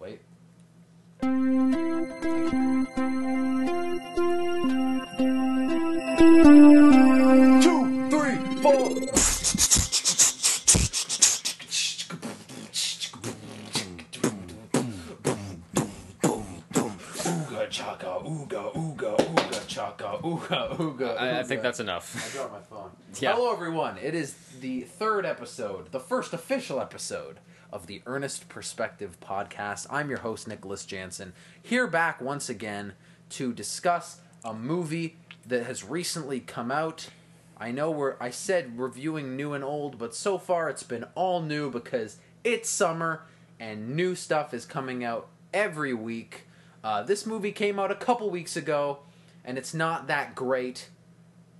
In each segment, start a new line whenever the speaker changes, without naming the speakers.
Wait. Two, three, four. Ooga chaka, ooga, ooga, ooga chaka, ooga, ooga.
I, I
ooga.
think that's enough.
dropped my phone.
Yeah.
Hello, everyone. It is the third episode, the first official episode of the Earnest Perspective podcast. I'm your host, Nicholas Jansen, here back once again to discuss a movie that has recently come out. I know we're, I said reviewing new and old, but so far it's been all new because it's summer and new stuff is coming out every week. Uh, this movie came out a couple weeks ago, and it's not that great.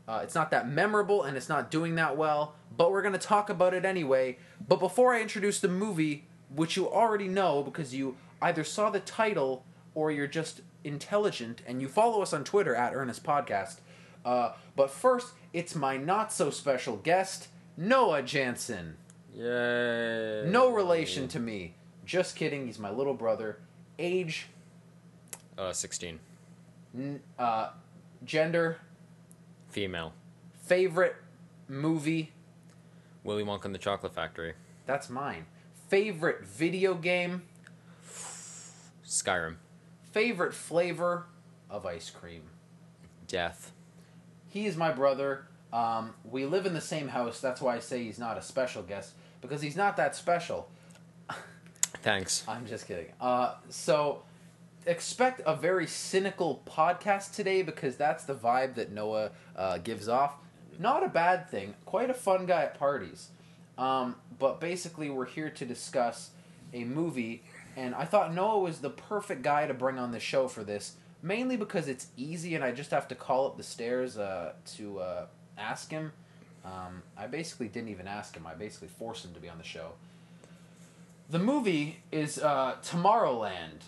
Uh, it's not that memorable and it's not doing that well, but we're going to talk about it anyway. But before I introduce the movie, which you already know because you either saw the title or you're just intelligent and you follow us on Twitter at Earnest Podcast. Uh, but first, it's my not so special guest, Noah Jansen.
Yay.
No relation to me. Just kidding, he's my little brother. Age,
Uh, 16.
n- uh, gender,
Female.
favorite movie,
Willy Wonka and the Chocolate Factory.
That's mine. Favorite video game,
Skyrim.
favorite flavor of ice cream.
Death.
He is my brother. Um, we live in the same house. That's why I say he's not a special guest because he's not that special.
Thanks.
I'm just kidding. Uh, so expect a very cynical podcast today because that's the vibe that Noah uh, gives off. Not a bad thing. Quite a fun guy at parties. Um, but basically, we're here to discuss a movie, and I thought Noah was the perfect guy to bring on the show for this, mainly because it's easy, and I just have to call up the stairs uh, to uh, ask him. Um, I basically didn't even ask him. I basically forced him to be on the show. The movie is uh, Tomorrowland,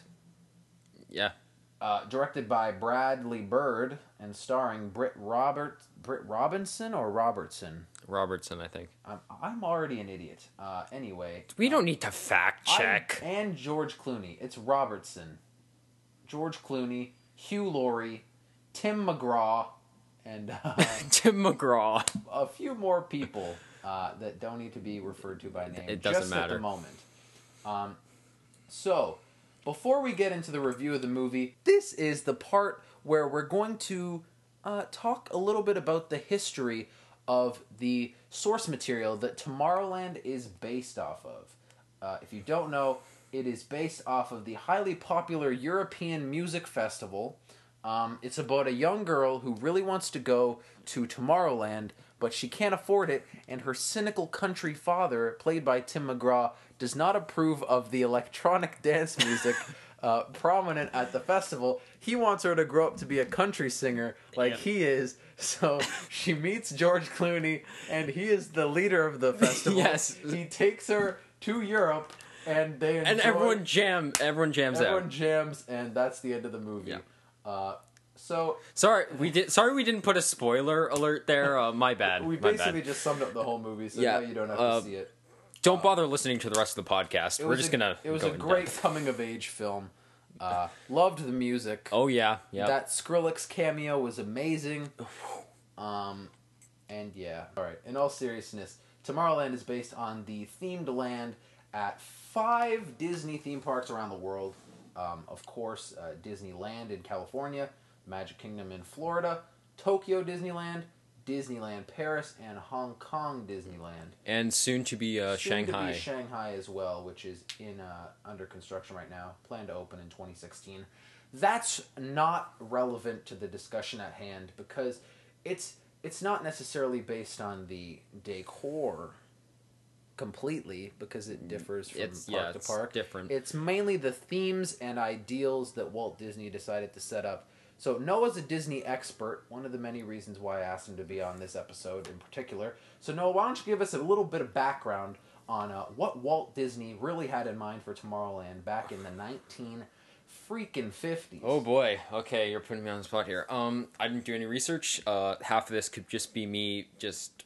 Yeah.
uh, directed by Bradley Bird and starring Britt Robert Britt Robinson or Robertson.
Robertson, I think.
I'm I'm already an idiot. Uh, anyway,
We don't need to fact check.
I- and George Clooney. It's Robertson, George Clooney, Hugh Laurie, Tim McGraw, and uh,
Tim McGraw.
a few more people uh, that don't need to be referred to by name.
It doesn't
just at
matter.
the moment. Um, so, before we get into the review of the movie, this is the part where we're going to uh, talk a little bit about the history of the source material that Tomorrowland is based off of. Uh, if you don't know, it is based off of the highly popular European music festival. Um, it's about a young girl who really wants to go to Tomorrowland, but she can't afford it, and her cynical country father, played by Tim McGraw, does not approve of the electronic dance music uh, prominent at the festival. He wants her to grow up to be a country singer like
Yeah.
he is. So she meets George Clooney, and he is the leader of the festival.
Yes.
he takes her to Europe, and they
And
enjoy-
everyone jam. Everyone jams
everyone
out.
jams, and that's the end of the movie.
Yeah.
Uh, so
Sorry, we did. Sorry, we didn't put a spoiler alert there. Uh, my bad.
we
my
basically
bad.
just summed up the whole movie, so
Yeah,
now you don't have
uh,
to see it.
Don't bother listening to the rest of the podcast.
It
We're
was
just
a-
gonna.
It was
go
a
in
great
depth.
coming of age film. Uh, loved the music.
Oh yeah, yeah.
That Skrillex cameo was amazing. Um, and yeah, all right. In all seriousness, Tomorrowland is based on the themed land at five Disney theme parks around the world. Um, of course, uh, Disneyland in California, Magic Kingdom in Florida, Tokyo Disneyland, Disneyland Paris, and Hong Kong Disneyland.
and soon to be
Soon to
uh,
be
Shanghai.
Shanghai as well, which is in uh, under construction right now, planned to open in 2016. That's not relevant to the discussion at hand because it's it's not necessarily based on the decor completely because it differs from
Mm, It's-
park
yeah,
to
it's
park.
different.
It's mainly the themes and ideals that Walt Disney decided to set up. So Noah's a Disney expert, one of the many reasons why I asked him to be on this episode in particular. So Noah, why don't you give us a little bit of background on uh, what Walt Disney really had in mind for Tomorrowland back in the 19 freaking 50s.
Oh boy. Okay, you're putting me on the spot here. Um, I didn't do any research. Uh, half of this could just be me just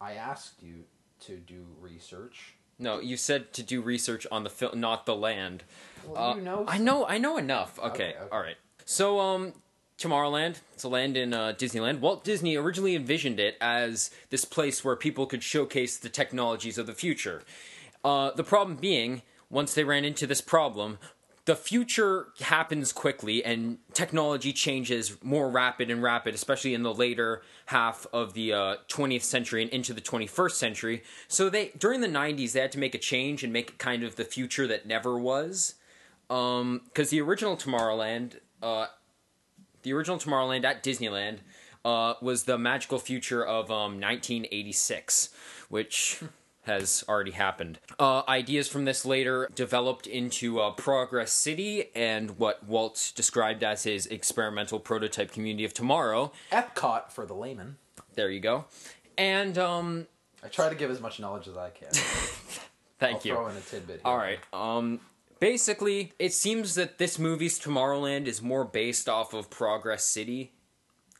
I asked you to do research.
No, you said to do research on the film, not the land.
Well, you know
Uh, I know. I know enough. Okay,
Okay, okay.
All right. So, um, Tomorrowland. It's a land in uh, Disneyland. Walt Disney originally envisioned it as this place where people could showcase the technologies of the future. Uh, the problem being, once they ran into this problem. The future happens quickly and technology changes more rapid and rapid, especially in the later half of the uh, 20th century and into the 21st century. So they during the 90s they had to make a change and make it kind of the future that never was um because the original tomorrowland uh the original tomorrowland at disneyland uh was the magical future of um 1986 which has already happened uh ideas from this later developed into uh, progress city and what walt described as his experimental prototype community of tomorrow
Epcot for the layman.
there you go and um
I try to give as much knowledge as I can.
thank
I'll
you
throw in a tidbit. Here.
All right. Um basically, it seems that this movie's Tomorrowland is more based off of Progress City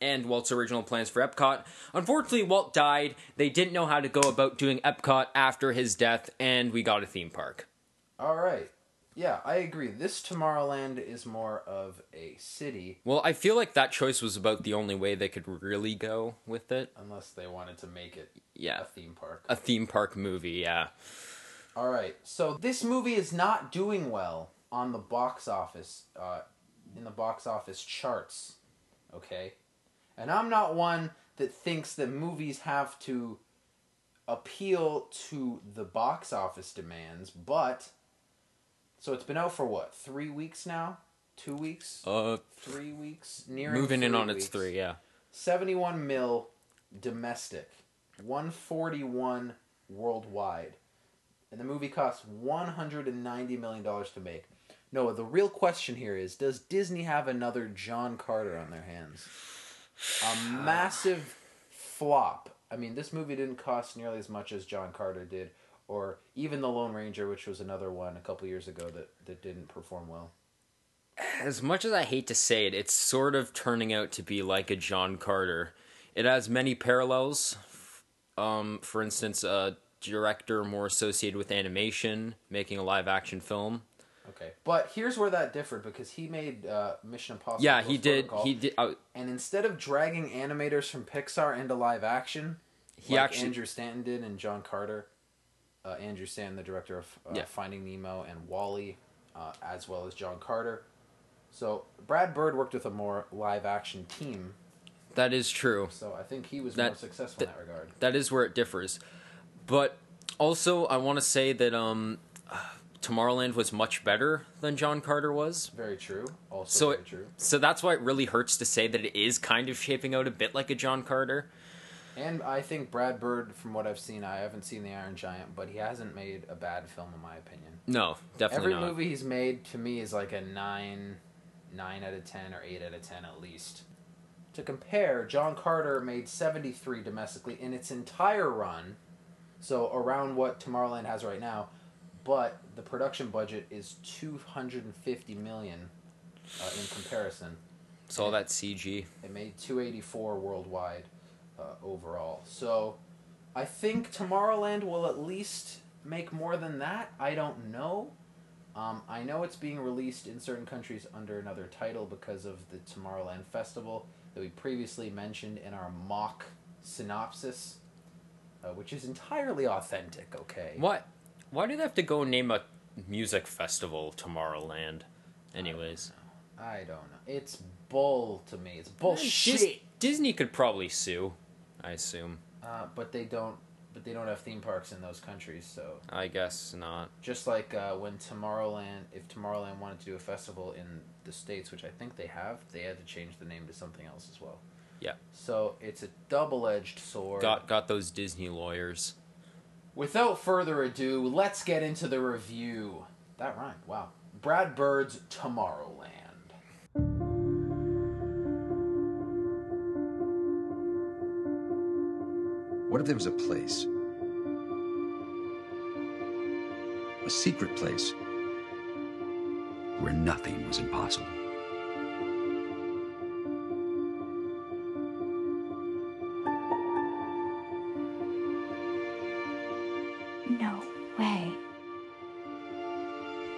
and Walt's original plans for Epcot. Unfortunately, Walt died. They didn't know how to go about doing Epcot after his death and we got a theme park.
All right. Yeah, I agree. This Tomorrowland is more of a city,
Well, I feel like that choice was about the only way they could really go with it.
unless they wanted to make it
Yeah.
a theme park.
A theme park movie, yeah.
All right. So this movie is not doing well on the box office, uh, in the box office charts. Okay. And I'm not one that thinks that movies have to appeal to the box office demands, but. So it's been out for what? Three weeks now? Two weeks?
Uh
three weeks? Nearing
moving in
three
on its
weeks.
3, yeah.
71 mil domestic, 141 worldwide. And the movie costs $190 million to make. Noah, the real question here is Does Disney have another John Carter on their hands? A massive flop. I mean, this movie didn't cost nearly as much as John Carter did, or even The Lone Ranger, which was another one a couple years ago that, that didn't perform well.
as much as I hate to say it, it's sort of turning out to be like a John Carter. It has many parallels. Um, for instance, a director more associated with animation making a live action film.
Okay. But here's where that differed because he made uh, Mission Impossible.
Yeah, he
Ghost
did.
Protocol.
He did. Uh,
And instead of dragging animators from Pixar into live action,
He
like
actually-
Andrew Stanton did and John Carter, uh, Andrew Stanton, the director of uh,
Yeah.
Finding Nemo and Wally, uh, as well as John Carter. So Brad Bird worked with a more live action team,
that is true.
so I think he was
That-
more successful in that regard.
That is where it differs. But also, I want to say that um, Tomorrowland was much better than John Carter was.
Very true. Also
So
very
it,
true.
so that's why it really hurts to say that it is kind of shaping out a bit like a John Carter.
And I think Brad Bird, from what I've seen, I haven't seen The Iron Giant, but he hasn't made a bad film in my opinion.
No,
Every
definitely not.
movie he's made to me is like a nine, nine out of ten or eight out of ten at least. To compare, John Carter made seventy three domestically in its entire run, so around what Tomorrowland has right now, but the production budget is two hundred and fifty million uh, in comparison.
It's all that CG.
It made 284 worldwide uh, overall. So I think Tomorrowland will at least make more than that. I don't know. Um, I know it's being released in certain countries under another title because of the Tomorrowland Festival that we previously mentioned in our mock synopsis, uh, which is entirely authentic, okay?
What? Why do they have to go name a music festival Tomorrowland? Anyways,
Uh, I don't know. It's bull to me. It's bullshit.
Dis- Disney could probably sue. I assume.
Uh, but they don't. But they don't have theme parks in those countries, so
I guess not.
Just like uh, when Tomorrowland, if Tomorrowland wanted to do a festival in the states, which I think they have, they had to change the name to something else as well.
Yeah.
So it's a double-edged sword.
Got got those Disney lawyers.
Without further ado, let's get into the review. That rhymed. Wow. Brad Bird's Tomorrowland.
What if there was a place? A secret place where nothing was impossible.
No way.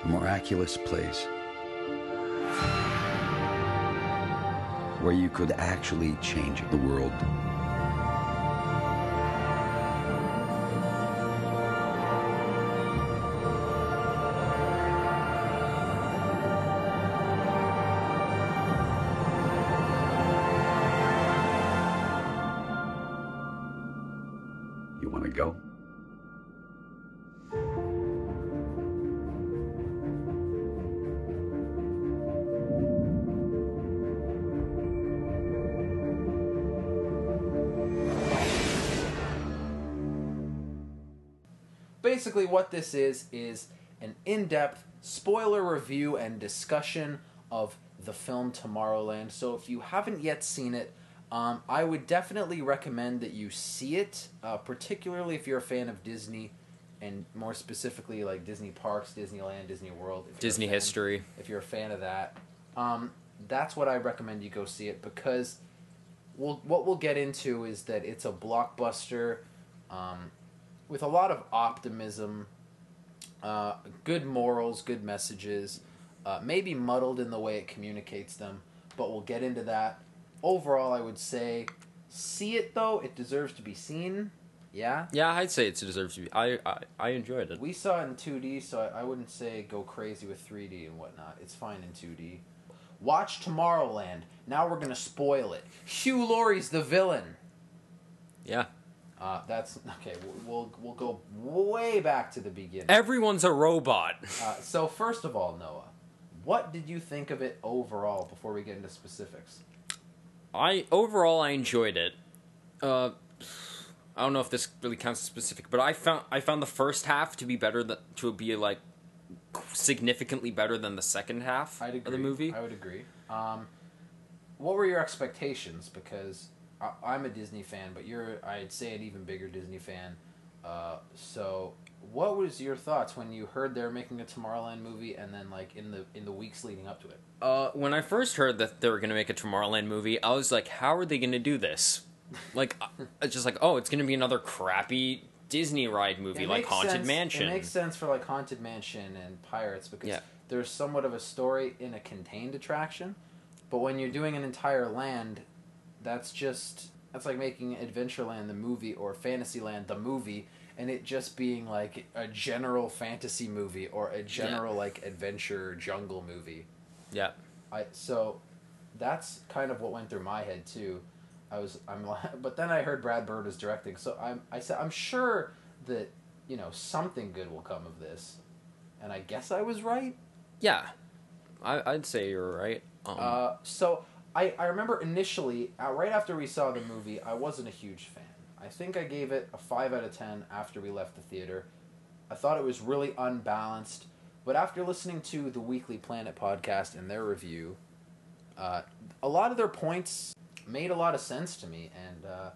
miraculous place where you could actually change the world. You want to go?
Basically, what this is is an in depth spoiler review and discussion of the film Tomorrowland. So, if you haven't yet seen it, um, I would definitely recommend that you see it, uh, particularly if you're a fan of Disney and more specifically like Disney parks, Disneyland, Disney World, if you're a
Disney
fan-
history.
If you're a fan of that, um, that's what I recommend you go see it because we'll, what we'll get into is that it's a blockbuster um, with a lot of optimism, uh, good morals, good messages, uh, maybe muddled in the way it communicates them, but we'll get into that. Overall, I would say see it though, it deserves to be seen. Yeah.
Yeah, I'd say it deserves to be. I I, I enjoyed it.
We saw it in 2D, so I, I wouldn't say go crazy with 3D and whatnot. It's fine in 2D. Watch Tomorrowland. Now we're gonna spoil it. Hugh Laurie's the villain.
Yeah.
Uh, that's okay. We'll, we'll we'll go way back to the beginning.
Everyone's a robot.
Uh, so first of all, Noah, what did you think of it overall before we get into specifics?
I overall I enjoyed it. Uh, I don't know if this really counts as specific, but I found I found the first half to be better than to be like significantly better than the second half
I'd agree.
of the movie.
I would agree. Um, what were your expectations? Because I, I'm a Disney fan, but you're, I'd say, an even bigger Disney fan. Uh, so, what was your thoughts when you heard they're making a Tomorrowland movie, and then like in the in the weeks leading up to it?
Uh, when I first heard that they were gonna make a Tomorrowland movie, I was like, how are they gonna do this? Like, I- it's just like, oh, it's gonna be another crappy Disney ride movie
It
like
makes
Haunted
sense-
Mansion.
It makes sense for like Haunted Mansion and Pirates because
Yeah.
there's somewhat of a story in a contained attraction, but when you're doing an entire land, that's just that's like making Adventureland the movie or Fantasyland the movie, and it just being like a general fantasy movie or a general like adventure jungle movie.
yeah.
I so that's kind of what went through my head too. I was I'm li- but then I heard Brad Bird was directing, so I'm I said I'm sure that you know something good will come of this, and I guess I was right.
Yeah. I, I'd say you're right. Um,
Uh, so I I remember initially uh, right after we saw the movie, I wasn't a huge fan. I think I gave it a five out of ten after we left the theater. I thought it was really unbalanced, but after listening to the Weekly Planet podcast and their review, uh, a lot of their points made a lot of sense to me, and uh,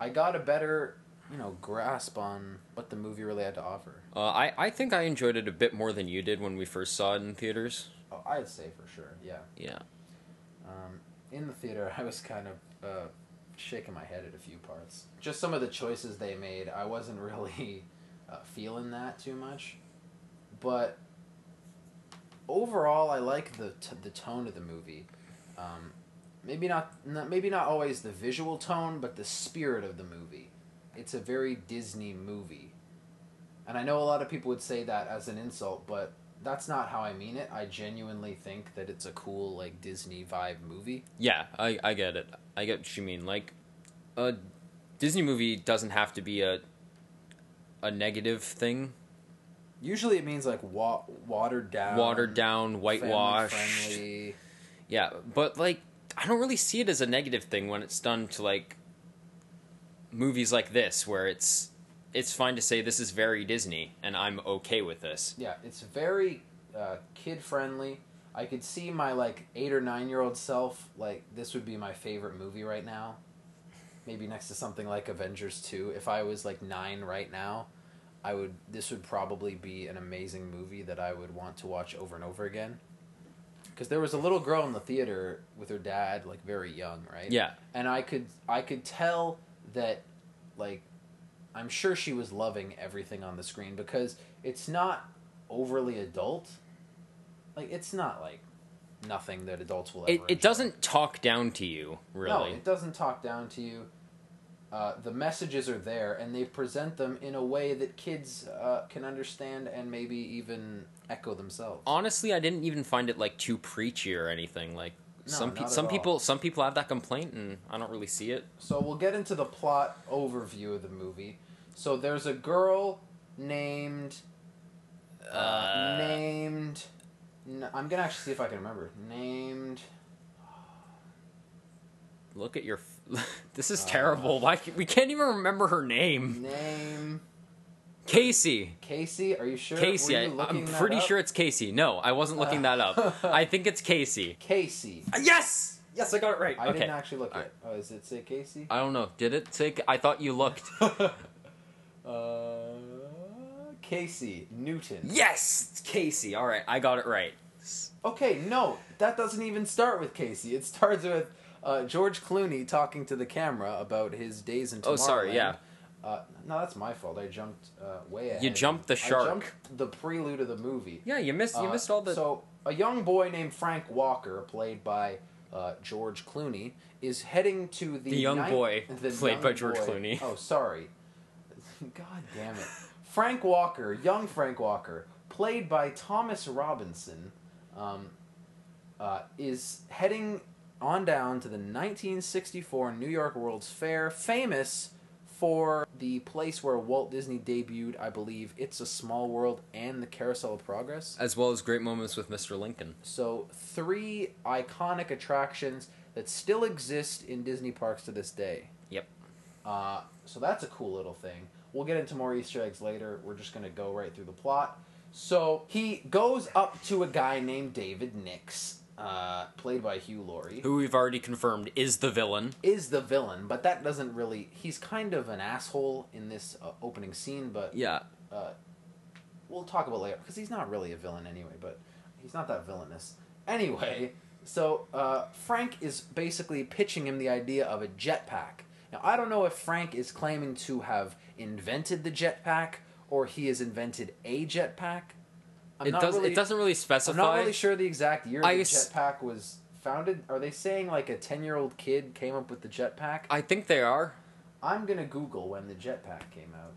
I got a better, you know, grasp on what the movie really had to offer.
Uh, I, I think I enjoyed it a bit more than you did when we first saw it in theaters.
Oh, I'd say for sure, yeah.
Yeah.
Um, in the theater, I was kind of uh, shaking my head at a few parts. Just some of the choices they made, I wasn't really uh, feeling that too much. But overall, I like the t- the tone of the movie. Um, maybe not, not maybe not always the visual tone, but the spirit of the movie. It's a very Disney movie, and I know a lot of people would say that as an insult, but that's not how I mean it. I genuinely think that it's a cool like Disney vibe movie.
Yeah, I, I get it. I get what you mean. Like, a Disney movie doesn't have to be a a negative thing.
Usually, it means like wa- watered down,
Watered down, whitewashed.
Um, family-friendly.
Yeah, but like, I don't really see it as a negative thing when it's done to like movies like this, where it's it's fine to say this is very Disney and I'm okay with this.
Yeah, it's very uh, kid friendly. I could see my like eight or nine year old self like this would be my favorite movie right now. Maybe next to something like Avengers Two. If I was like nine right now, I would. This would probably be an amazing movie that I would want to watch over and over again. Because there was a little girl in the theater with her dad, like very young, right?
Yeah.
and I could I could tell that like I'm sure she was loving everything on the screen because it's not overly adult Like it's not like nothing that adults will ever.
It, it
enjoy.
doesn't talk down to you, really.
No, it doesn't talk down to you. Uh, the messages are there, and they present them in a way that kids uh, can understand and maybe even echo themselves.
Honestly, I didn't even find it like too preachy or anything. Like
No,
some
not
pe-
at
some
all.
people some people have that complaint, and I don't really see it.
So we'll get into the plot overview of the movie. So there's a girl named uh,
Uh.
named. n I'm gonna actually see if I can remember. Named.
Look at your. F- this
Uh.
is terrible. Why c- we can't even remember her name?
Name.
Casey.
Casey, are you sure?
Casey.
Were
I,
you looking
I'm
that
pretty
up?
sure it's Casey. No, I wasn't looking that up. I think it's Casey.
Casey.
Yes. Yes, I got it right.
I
okay.
didn't actually look at. Oh, does it say Casey?
I don't know. Did it say? I thought you looked.
Uh, Casey Newton.
yes, it's Casey. All right, I got it right.
Okay, no, that doesn't even start with Casey. It starts with uh, George Clooney talking to the camera about his days in Tomorrowland.
Oh, sorry, yeah.
Uh, no, that's my fault. I jumped uh, way ahead.
jumped the
I
shark.
jumped the prelude of the movie.
Yeah, you missed. You
Uh,
missed all the.
So a young boy named Frank Walker, played by uh, George Clooney, is heading to the
The young
ni-
boy,
the
played
young
by George Clooney.
Oh, sorry. God damn it, Frank Walker, young Frank Walker, played by Thomas Robinson, um, uh, is heading on down to the 1964 New York World's Fair, famous for the place where Walt Disney debuted, I believe, It's a Small World and the Carousel of Progress.
as well as great moments with Mr. Lincoln.
So, three iconic attractions that still exist in Disney parks to this day.
Yep.
Uh, so, that's a cool little thing. We'll get into more Easter eggs later. We're just going to go right through the plot. So, he goes up to a guy named David Nix, uh, played by Hugh Laurie,
Who we've already confirmed is the villain.
is the villain, but that doesn't really. He's kind of an asshole in this uh, opening scene, but
Yeah.
uh, we'll talk about later because he's not really a villain anyway, but he's not that villainous. Anyway, so uh, Frank is basically pitching him the idea of a jetpack. Now, I don't know if Frank is claiming to have invented the jetpack or he has invented a jetpack. I'm
It
not
does.
really-
It doesn't really specify.
I'm not really sure the exact year
I
the
s-
jetpack was founded. Are they saying like a 10 year old kid came up with the jetpack?
I think they are.
I'm going to Google when the jetpack came out.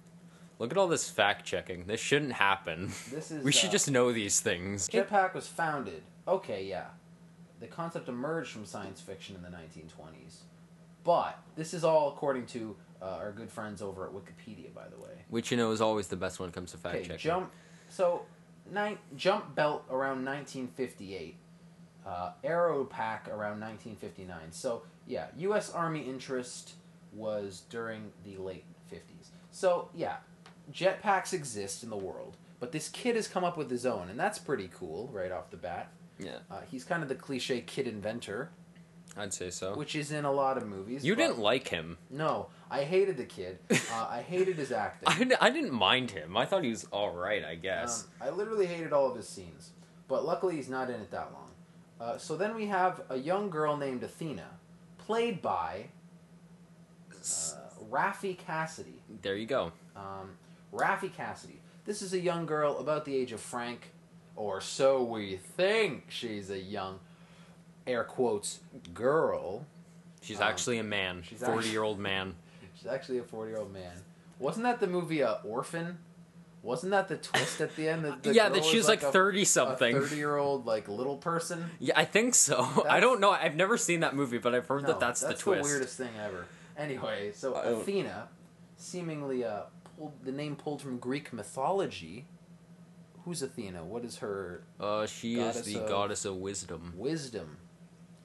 Look at all this fact checking. This shouldn't happen.
This is
we should
uh,
just know these things.
Jetpack was founded. Okay, yeah. The concept emerged from science fiction in the 1920s. But this is all according to uh, our good friends over at Wikipedia, by the way.
Which you know is always the best when it comes to fact
Okay,
checking.
jump. So, ni- jump belt around 1958. Uh, Aero pack around 1959. So, yeah, U.S. Army interest was during the late 50s. So, yeah, jetpacks exist in the world, but this kid has come up with his own, and that's pretty cool right off the bat.
Yeah,
Uh, he's kind of the cliche kid inventor,
I'd say so.
which is in a lot of movies.
Oh. you
but-
didn't like him.
No, I hated the kid. Uh, I hated his acting.
I, d- I didn't mind him. I thought he was all right. I guess.
Um, I literally hated all of his scenes, but luckily he's not in it that long. Uh, so then we have a young girl named Athena, played by uh, Raffi Cassidy.
there you go.
Um, Raffi Cassidy. This is a young girl about the age of Frank, or so we think she's a young, air quotes, girl.
She's
Um,
actually a man.
she's
Forty
act-
year old man.
She's actually a 40 year old man. Wasn't that the movie uh, Orphan? Wasn't that the twist at the end? That the
yeah,
girl
that she
was
was like
a-
thirty something.
A 30 year old, like, little person?
Yeah, I think so. I
That's-
don't know. I've never seen that movie, but I've heard
No,
that that's, the twist.
weirdest thing ever. Anyway, so
I don't-
Athena, seemingly uh, pulled, the name pulled from Greek mythology. Who's Athena? What is her
Uh, she
Goddess
is the
of-
goddess of wisdom.
wisdom?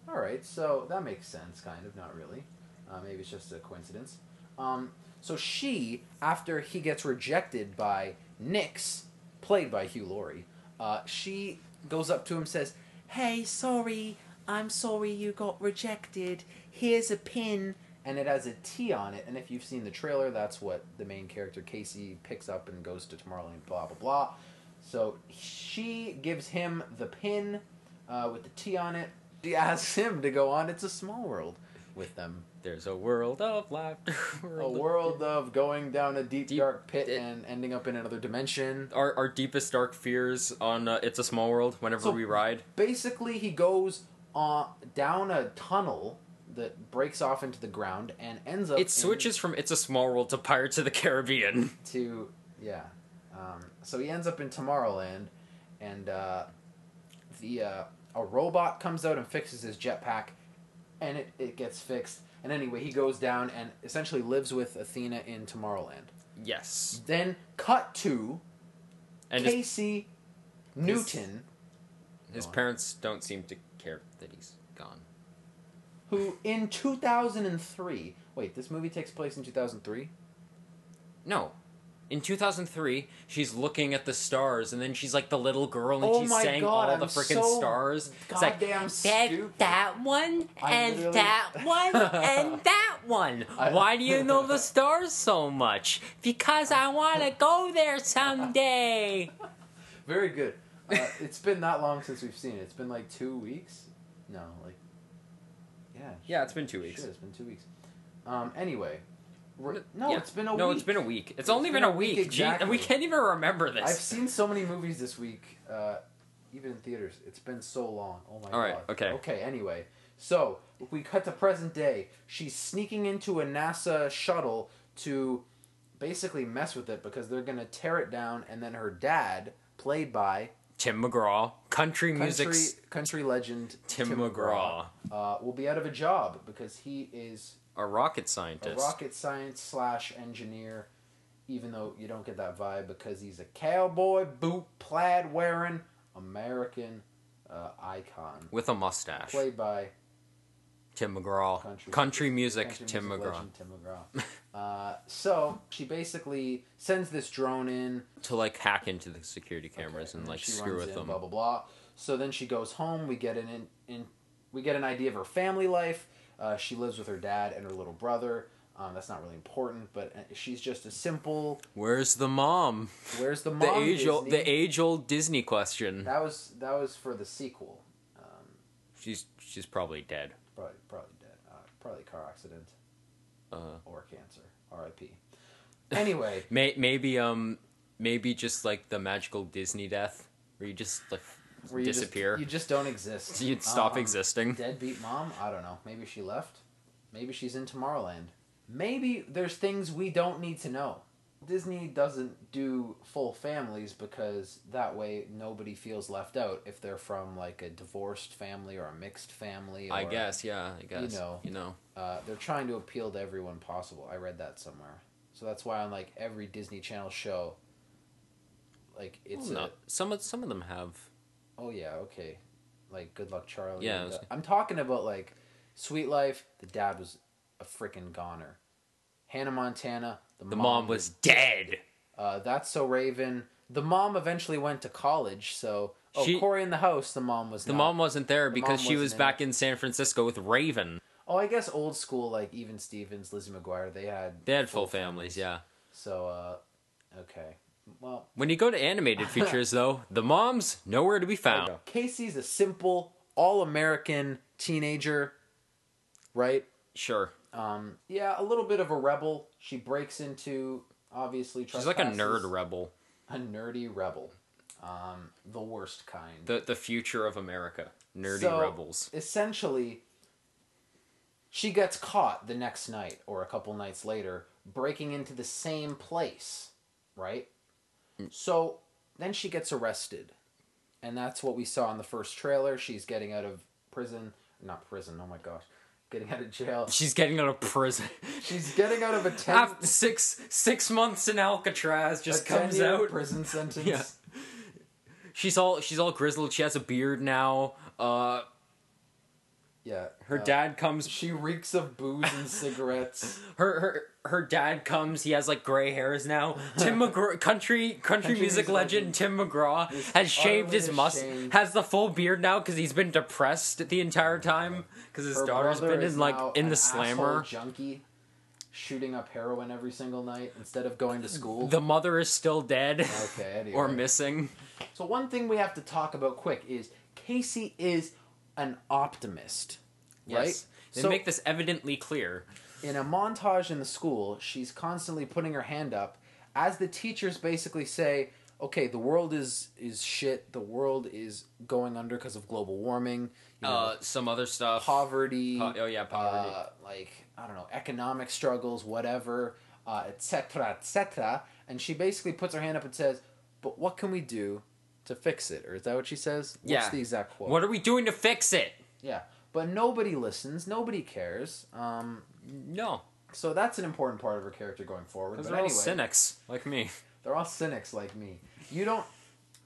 All right, so that makes sense, kind of, not really. Uh, maybe it's just a coincidence. Um, so she, after he gets rejected by Nix, played by Hugh Laurie, uh, she goes up to him and says, Hey, sorry, I'm sorry you got rejected. Here's a pin. And it has a T on it. And if you've seen the trailer, that's what the main character Casey picks up and goes to Tomorrowland, blah, blah, blah. So she gives him the pin uh, with the T on it. She asks him to go on It's a Small World, with them.
There's a world of laughter.
A world of going down a deep,
Deep-
dark pit
it-
and ending up in another dimension.
Our, our deepest dark fears on uh, It's a Small World whenever
So-
we ride.
Basically, he goes on down a tunnel that breaks off into the ground and ends up. in-
It switches from It's a Small World to Pirates of the Caribbean.
to yeah. Um, so he ends up in Tomorrowland, and uh, the uh, a robot comes out and fixes his jetpack, and it, it gets fixed. And anyway, he goes down and essentially lives with Athena in Tomorrowland.
Yes.
Then cut to
And his,
Casey Newton,
his parents don't seem to care that he's gone.
who in 2003. Wait, this movie takes place in 2003?
No. In 2003, she's looking at the stars, and then she's like the little girl, and
Oh
she's
my
saying
God,
all the
I'm
freaking
so
stars. It's like
goddamn
"There's
stupid."
that one
I
and
literally-
that one and that one.
I-
Why do you know the stars so much? Because I want to go there someday.
Very good. Uh, it's been that long since we've seen it. It's been like two weeks? No, like. Yeah.
Yeah, it's been two
Shit,
weeks.
it's been two weeks. Um, anyway. We're- no,
Yeah.
it's been a
no,
week.
it's been a week. It's, only been, a week. Gee, and we
exactly.
can't even remember this.
I've seen so many movies this week, uh, even in theaters. It's been so long. Oh my
All
god.
right, okay.
Okay, anyway. So, if we cut to present day, she's sneaking into a NASA shuttle to basically mess with it because they're going to tear it down, and then her dad, played by
Tim McGraw, country,
country,
music's
country legend
Tim McGraw.
uh, will be out of a job because he is
a rocket
a
scientist.
rocket science slash engineer, even though you don't get that vibe because he's a cowboy boot plaid wearing American uh, icon,
with a mustache.
played by
Tim McGraw.
Country-
Country, music,
country
Tim
music
McGraw.
legend Tim McGraw. uh, so she basically sends this drone in
To like hack into the security cameras and like
she
screw
runs
with
in,
them.
Blah blah blah. So then she goes home. We get an in, in we get an idea of her family life. Uh, she lives with her dad and her little brother. Um, that's not really important, but uh, she's just a simple.
Where's the mom?
Where's the mom?
The age old
Disney?
the age old Disney question.
That was that was for the sequel. Um,
she's she's probably dead.
Probably probably dead. Uh, probably car accident
Uh.
or cancer. R.I.P. Anyway,
May, maybe um maybe just like the magical Disney death where you just like
where you just-
disappear.
you just don't exist.
would stop
Um,
existing.
Deadbeat mom. I don't know. Maybe she left. Maybe she's in Tomorrowland. Maybe there's things we don't need to know. Disney doesn't do full families because that way nobody feels left out if they're from like a divorced family or a mixed family. Or,
I guess, yeah, I guess.
know.
You know.
uh, they're trying to appeal to everyone possible. I read that somewhere. So that's why on like every Disney Channel show, like it's
Well,
a,
no. Some of some of them have
oh yeah okay, like Good Luck Charlie.
Yeah,
and
I was-
the- I'm talking about like Sweet Life. The dad was a freaking goner. Hannah Montana.
the mom was dead.
Uh, that's so Raven. The mom eventually went to college. So oh,
She-
Corey in the house. The mom was
The
not.
mom wasn't there
mom
because she
wasn't
was
in
back in San Francisco with Raven.
Oh, I guess old school like even Stevens, Lizzie McGuire. They had
They had full families, yeah.
so. uh Okay, well.
When you go to animated features, though, the mom's nowhere to be found.
Casey's a simple, all American teenager, right?
Sure.
Um, yeah, a little bit of a rebel. She breaks into obviously.
She's like a
trespasses.
nerd rebel.
A nerdy rebel, um, the worst kind.
The the future of America. Nerdy
So,
rebels.
Essentially, she gets caught the next night or a couple nights later breaking into the same place, right? So then she gets arrested. And that's what we saw in the first trailer. She's getting out of prison. Not prison, oh my gosh. Getting out of jail.
She's getting out of prison.
She's getting out of a 10,
After six six months in Alcatraz,
a
just comes
10-year
out.
prison sentence.
Yeah. She's all she's all grizzled. She has a beard now. Uh,
Yeah.
her
uh,
dad comes.
She reeks of booze and cigarettes.
Her her her dad comes. He has like gray hairs now. Tim McGraw, country country, music
music
legend Tim McGraw has shaved his
utterly
must
ashamed.
has the full beard now because he's been depressed the entire time because his
Her
daughter's
brother
been
is
in like
now
in
an
the
asshole
slammer.
junkie, shooting up heroin every single night instead of going to school.
The mother is still dead
okay, anyway.
or missing.
So one thing we have to talk about quick is Casey is an optimist,
Yes.
right?
They
So-
make this evidently clear.
in a montage in the school, she's constantly putting her hand up as the teachers basically say, "Okay, the world is is shit. The world is going under because of global warming, you know,
Uh, some other stuff.
poverty.
Po- oh, yeah, poverty.
Uh, like I don't know, economic struggles, whatever, uh, et cetera, et cetera." And she basically puts her hand up and says, "But what can we do to fix it?" Or is that what she says?
Yeah.
What's the exact quote?
What are we doing to fix it?
yeah. But nobody listens. Nobody cares. Um,
No,
so that's an important part of her character going forward.
because
But
they're
anyway,
all cynics like me.
they're all cynics like me. You don't.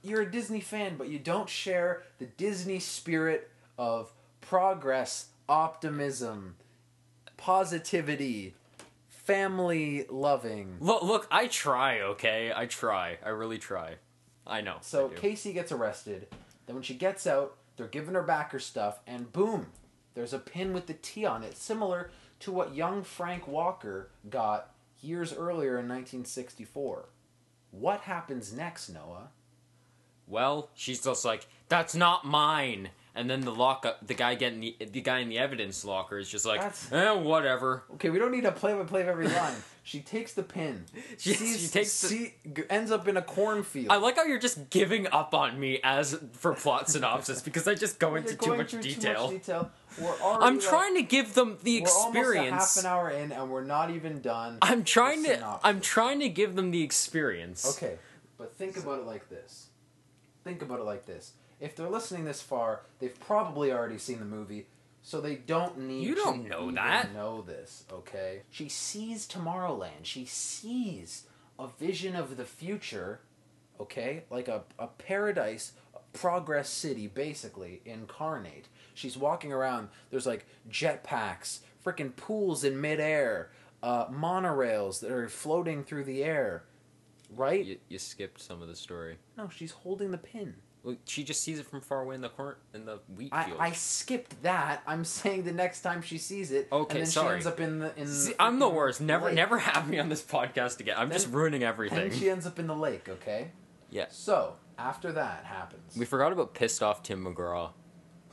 You're a Disney fan, but you don't share the Disney spirit of progress, optimism, positivity, family loving.
Look, look, I try. Okay, I try. I really try. I know.
So
I do.
Casey gets arrested. Then when she gets out, they're giving her back her stuff, and boom, there's a pin with the T on it, similar to what young Frank Walker got years earlier in 1964. What happens next, Noah?
Well, she's just like, "That's not mine." And then the lock, the guy getting the the guy in the evidence locker is just like,
That's-
"Eh, whatever."
Okay, we don't need a play-by-play of every line. she takes the pin.
She- she takes the-
see, g- ends up in a cornfield.
I like how you're just giving up on me as for plot synopsis because I just go
You're
into too
going
much
through
detail.
detail. We're already,
I'm
like,
trying to give them the
We're almost a half
experience.
an hour in, and we're not even done.
I'm
with
trying to
synopsis.
I'm trying to give them the experience.
Okay, but think about it like this. Think about it like this. If they're listening this far, they've probably already seen the movie, so they don't need.
You don't
to
know
even
that.
Know this, okay? She sees Tomorrowland. She sees a vision of the future, okay? Like a a paradise, a progress city, basically incarnate. She's walking around. There's like jetpacks, freaking pools in midair, uh, monorails that are floating through the air, right?
You, you skipped some of the story.
No, she's holding the pin.
Well, she just sees it from far away in the corn in the wheat
I,
field.
I skipped that. I'm saying the next time she sees it,
Okay,
and then
sorry.
she ends up in the in.
See, I'm the
freaking
worst. Never
lake.
never have me on this podcast again. I'm just
Then-
ruining everything.
And she ends up in the lake. Okay.
Yes.
So after that happens,
We forgot about pissed off Tim McGraw,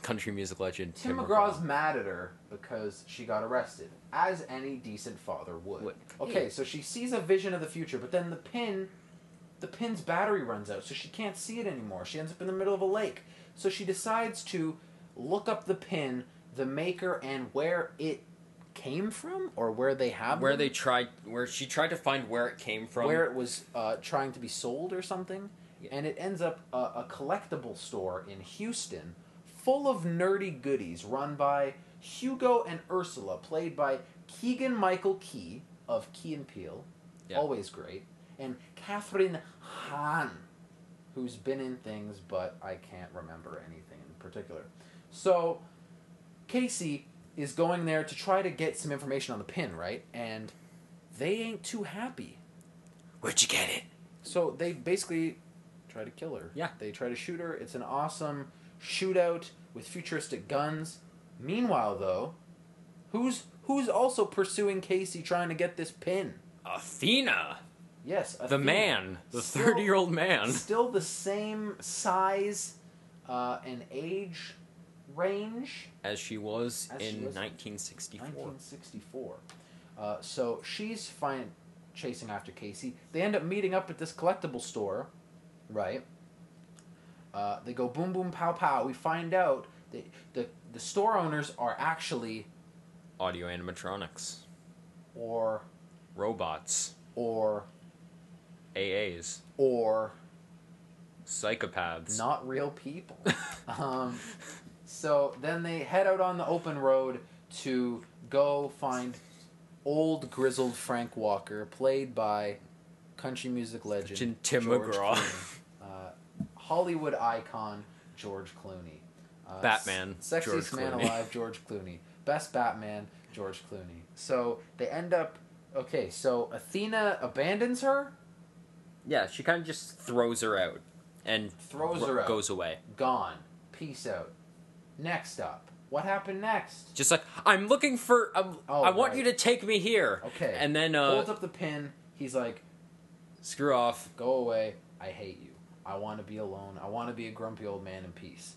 country music legend.
Tim McGraw's mad at her because she got arrested, as any decent father would.
Would.
Okay, so she sees a vision of the future, but then the pin, the pin's battery runs out, so she can't see it anymore. She ends up in the middle of a lake. So she decides to look up the pin, the maker, and where it came from, or where they have
where
them,
they tried, where she tried to find where it came from.
where it was uh, trying to be sold or something, and it ends up a, a collectible store in Houston full of nerdy goodies run by Hugo and Ursula, played by Keegan Michael Key of Key and Peele,
Yeah.
always great, and Catherine Hahn, who's been in things, but I can't remember anything in particular. So Casey is going there to try to get some information on the pin, right? And they ain't too happy
would you get it?
so they basically try to kill her.
Yeah.
They try to shoot her. It's an awesome shootout with futuristic guns. Meanwhile, though, who's who's also pursuing Casey trying to get this pin?
Athena,
Yes,
the
Athena.
man, the
Still-
thirty-year-old man.
Still the same size uh, and age range.
As she was
As she
in
was in
1964.
1964. Uh, so she's fine chasing after Casey. They end up meeting up at this collectible store, right? Uh, they go boom boom pow pow. We find out that the the store owners are actually
Audio animatronics,
or
robots,
or
AAs,
or
psychopaths.
not real people. um, so then they head out on the open road to go find old grizzled Frank Walker, played by country music legend
Tim
George
McGraw.
Clooney, uh, Hollywood icon George Clooney, uh,
Batman,
s- sexiest
George
man
Clooney.
alive, George Clooney, best Batman, George Clooney. So they end up. Okay, so Athena abandons her,
yeah, she kind of just throws her out and
Throws
ro-
her out.
goes away.
gone, peace out. Next up, what happened next?
Just like I'm looking for, i
Oh,
I want
right.
you to take me here.
Okay.
and then
holds
uh,
up the pin. He's like,
screw off.
"Go away. I hate you. I want to be alone. I want to be a grumpy old man in peace."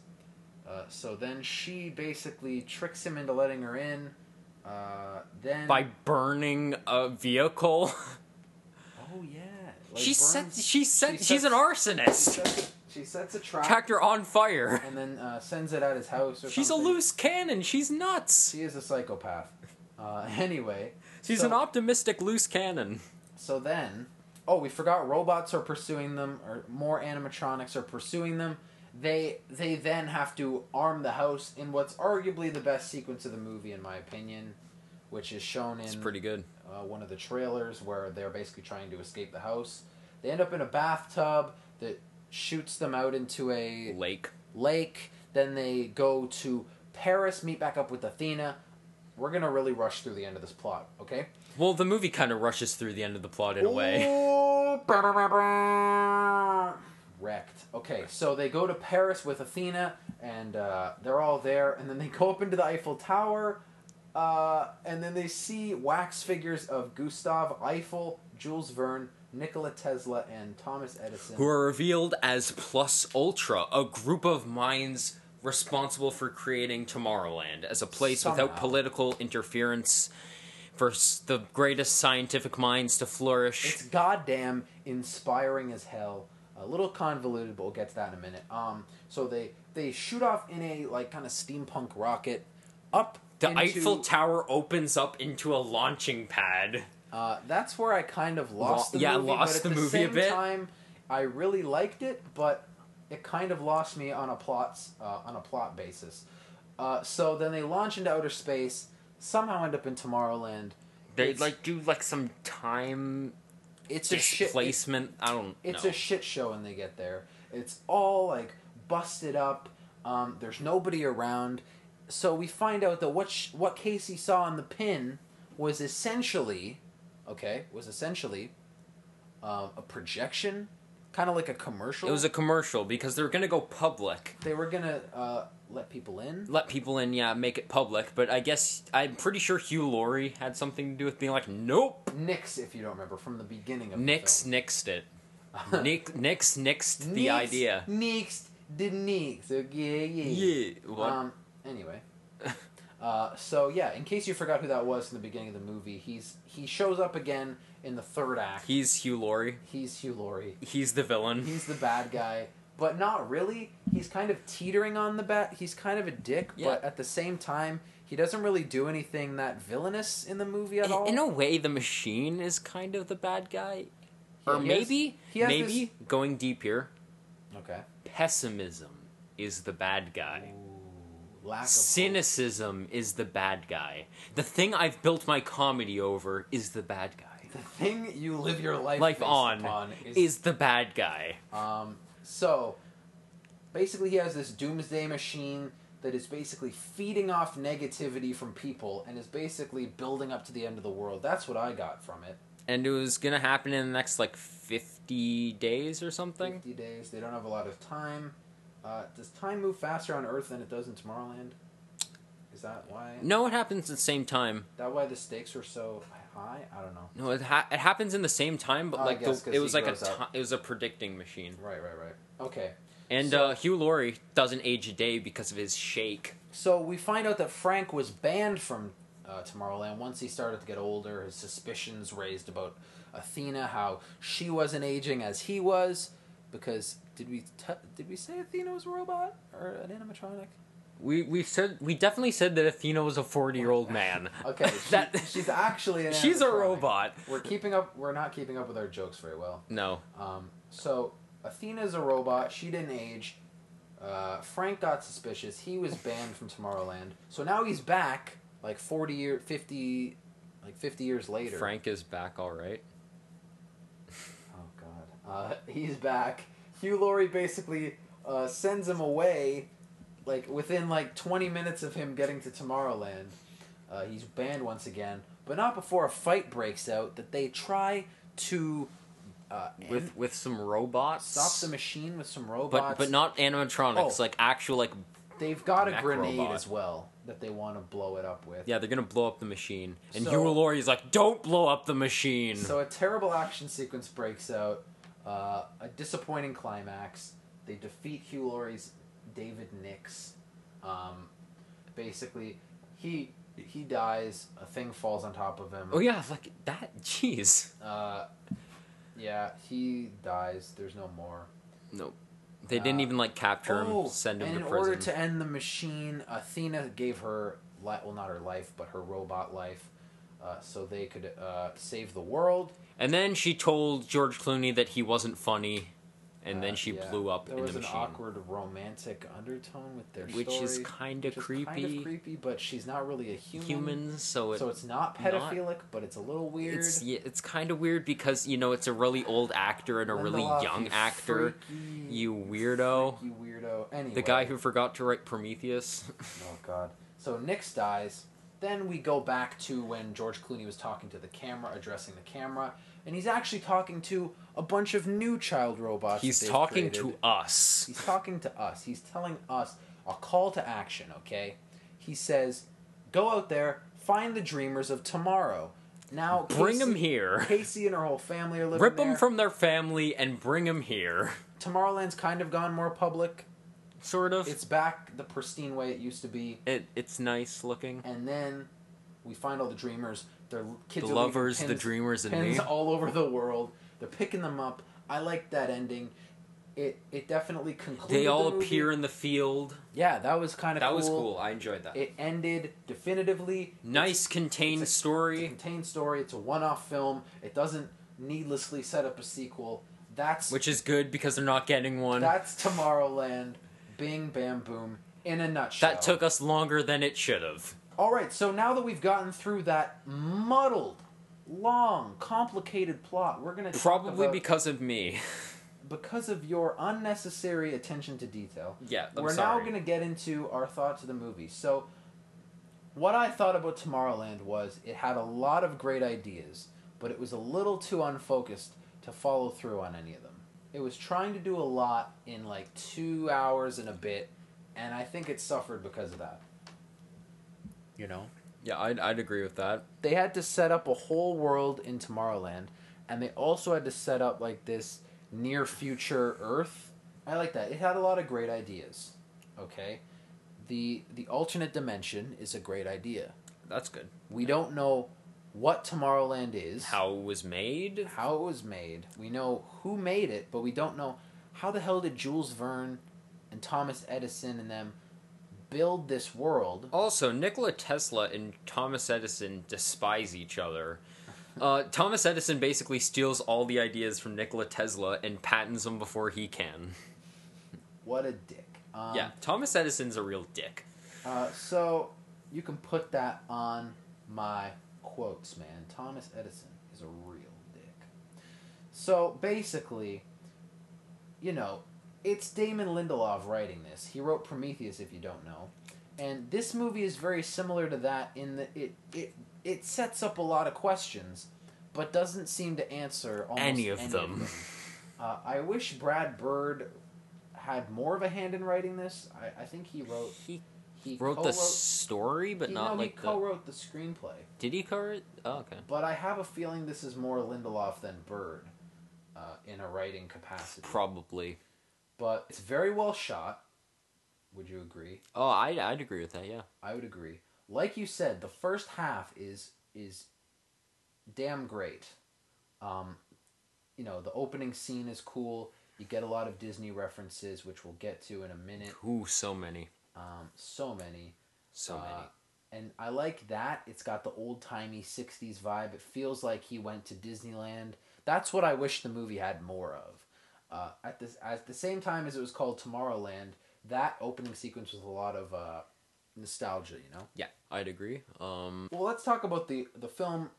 Uh, so then she basically tricks him into letting her in. Uh, then
by burning a vehicle.
oh yeah, like
she said
burns-
she said
she
she's an
sets- she
arsonist.
sets, a- she sets a trap
Tracked her on fire.
and then uh, sends it at his house. Or
She's a
something.
loose cannon. She's nuts.
She is a psychopath. Uh, anyway,
She's
so,
an optimistic loose cannon.
So then, oh, we forgot robots are pursuing them, or more animatronics are pursuing them. They they then have to arm the house in what's arguably the best sequence of the movie, in my opinion, which is shown in
It's pretty good.
uh, one of the trailers where they're basically trying to escape the house. They end up in a bathtub that shoots them out into a
Lake.
lake. Then they go to Paris, meet back up with Athena. We're gonna really rush through the end of this plot, okay?
Well, the movie kind of rushes through the end of the plot in a way.
Ooh, bah, bah, bah, bah. Wrecked. Okay, so they go to Paris with Athena, and uh, they're all there, and then they go up into the Eiffel Tower, uh, and then they see wax figures of Gustav Eiffel, Jules Verne, Nikola Tesla, and Thomas Edison.
Who are revealed as Plus Ultra, a group of minds responsible for creating Tomorrowland as a place without
Somehow.
political interference for s- the greatest scientific minds to flourish.
It's goddamn inspiring as hell. A little convoluted, but we'll get to that in a minute. Um, so they they shoot off in a like kind of steampunk rocket up
the
into-
Eiffel Tower opens up into a launching pad.
Uh, that's where I kind of lost
Lo-
the
yeah,
movie.
lost
but at
the
the,
movie a
same
bit.
time, I really liked it, but it kind of lost me on a plot uh, on a plot basis. Uh, so then they launch into outer space, somehow end up in Tomorrowland.
They
It's-
like do like some time
it's a shit. it's-
displacement. I don't
It's
know.
a shit show when they get there. It's all like busted up. Um, there's nobody around. So we find out that what sh- what Casey saw on the pin was essentially, okay, was essentially um, a projection, kind of like a commercial.
it was a commercial because they were gonna go public,
they were gonna uh, let people in.
let people in, yeah, make it public. But I guess I'm pretty sure Hugh Laurie had something to do with being like, nope,
Nix, if you don't remember from the beginning of
Nix
the
nixed it. Nick Nix nixed
film.
the idea.
Nix did Nix. So yeah, yeah.
Yeah. What?
Um, anyway, uh, so yeah, in case you forgot who that was in the beginning of the movie, he's he shows up again in the third act.
he's Hugh Laurie.
he's Hugh Laurie.
He's the villain.
He's the bad guy, but not really. He's kind of teetering on the bat. He's kind of a dick,
Yeah.
but at the same time, he doesn't really do anything that villainous in the movie at all.
in, in a way, the machine is kind of the bad guy, or
Yeah, he has-
maybe
he has
maybe going deep here,
okay.
pessimism is the bad guy.
Lack of
Cynicism is the bad guy. The thing I've built my comedy over is the bad guy.
hope. thing you live your life
Life
based upon
on
is,
is the bad guy.
Um, so basically, he has this doomsday machine that is basically feeding off negativity from people and is basically building up to the end of the world. That's what I got from it.
And it was gonna happen in the next like 50 days or something.
50 days, they don't have a lot of time. Uh, does time move faster on Earth than it does in Tomorrowland? Is that why?
No, it happens at the same time.
That why the stakes are so high? I don't know.
No, it, ha- it happens in the same time, but
Oh, I
like
guess
the,
'cause
it
he
was like a
grows up.
ti- it was a predicting machine.
Right, right, right. Okay.
And
So-
uh, Hugh Laurie doesn't age a day because of his shake.
So we find out that Frank was banned from uh, Tomorrowland once he started to get older. His suspicions raised about Athena, how she wasn't aging as he was, because did we t- did we say Athena was a robot or an animatronic?
We we said we definitely said that Athena was a 40 year old man.
Okay, she,
that
she's actually an
she's a
animatronic.
robot.
We're keeping up. We're not keeping up with our jokes very well.
No,
Um, so Athena's a robot. She didn't age. Uh, Frank got suspicious. He was banned from Tomorrowland. So now he's back, like forty year, fifty, like fifty years later.
Frank is back all right.
Oh God. Uh, he's back. Hugh Laurie basically uh, sends him away, like within like twenty minutes of him getting to Tomorrowland. Uh, he's banned once again, but not before a fight breaks out that they try to uh, end-
with with some robots.
stop the machine with some robots.
but but not animatronics,
Oh.
like actual like
They've got a
Mech
grenade
robot.
as well that they want to blow it up with.
yeah, they're gonna blow up the machine. And
So-
Hugh Laurie's like, don't blow up the machine.
So a terrible action sequence breaks out, uh, a disappointing climax. They defeat Hugh Laurie's David Nix. Um, basically, he he dies. A thing falls on top of him.
Oh yeah, like that. Jeez.
Uh, yeah, he dies. There's no more.
No, they didn't even like capture him, send him
Oh, and
to
in
prison.
order to end the machine, Athena gave her li- well, not her life, but her robot life, uh, so they could uh, save the world.
and then she told George Clooney that he wasn't funny, and then
Uh,
she
yeah.
blew up
There
in
was
the machine.
an awkward romantic undertone with their
Which is
story,
kinda
which is Kind
creepy.
of creepy, but she's not really a human.
Humans, so it,
so it's not
not-
pedophilic, but it's a little weird.
it's yeah, it's kind of weird because you know it's a really old actor and a really
Lindelof,
young
you
actor.
freaky-
You weirdo.
freaky weirdo. Anyway,
The guy who forgot to write Prometheus.
Oh God. So Nix dies. Then we go back to when George Clooney was talking to the camera, addressing the camera, and he's actually talking to a bunch of new child robots.
He's
that they've
talking
created.
to us.
He's talking to us. He's telling us a call to action, okay? He says, go out there, find the dreamers of tomorrow. Now,
Bring 'em
Casey-
here.
Casey and her whole family are living
Rip
there.
them from their family and bring them here.
Tomorrowland's kind of gone more public.
Sort of.
It's back the pristine way it used to be.
it, it's nice looking.
And then we find all the dreamers. Their kids
The
are leaving
lovers, the
pins-
dreamers, and
pins
me.
all over the world. They're picking them up. I like that ending. It it definitely concludes.
They all appear in the field.
Yeah, that was kind of
That was cool. I enjoyed that.
It ended definitively.
nice contained
it's a- It's a
story,
contained story. It's a one-off film. It doesn't needlessly set up a sequel. That's
which is good because they're not getting one.
that's Tomorrowland. Bing, bam, boom. In a nutshell.
That took us longer than it should have.
All right. So now that we've gotten through that muddled, long, complicated plot, we're gonna talk
Probably
about-
because of me.
because of your unnecessary attention to detail.
Yeah, I'm
we're
sorry.
now going to get into our thoughts of the movie. So, what I thought about Tomorrowland was it had a lot of great ideas, but it was a little too unfocused to follow through on any of them. It was trying to do a lot in like two hours and a bit, and I think it suffered because of that. You know?
Yeah, I'd, I'd agree with that.
they had to set up a whole world in Tomorrowland, and they also had to set up like this near future Earth. I like that. It had a lot of great ideas. Okay, the the alternate dimension is a great idea.
That's good.
We don't know what Tomorrowland is,
How it was made?
how it was made. We know who made it, but we don't know how the hell did Jules Verne and Thomas Edison and them build this world.
Also, Nikola Tesla and Thomas Edison despise each other. Uh, Thomas Edison basically steals all the ideas from Nikola Tesla and patents them before he can.
What a dick. Um,
yeah, Thomas Edison's a real dick.
Uh, so you can put that on my quotes, man. Thomas Edison is a real dick. So basically, you know, it's Damon Lindelof writing this. He wrote Prometheus, if you don't know, and this movie is very similar to that in that it it it sets up a lot of questions, but doesn't seem to answer almost
Any of them.
Uh, I wish Brad Bird had more of a hand in writing this. I, I think he wrote
He
he
wrote the
co-wrote-
story, but
he-
not
no,
like
he
the.
co-wrote the screenplay.
Did he co-write? Oh, okay.
But I have a feeling this is more Lindelof than Bird uh, in a writing capacity.
Probably.
but it's very well shot. Would you agree?
Oh, I, I'd agree with that. Yeah.
I would agree. Like you said, the first half is is damn great. Um, you know, the opening scene is cool. You get a lot of Disney references, which we'll get to in a minute.
Ooh, so many,
Um, so many.
so
Uh,
many.
and I like that. It's got the old timey 60s vibe. It feels like he went to Disneyland. That's what I wish the movie had more of. Uh, at, this, at the same time as it was called Tomorrowland, that opening sequence was a lot of uh, nostalgia, you know?
Yeah, I'd agree. Um,
Well, let's talk about the, the film,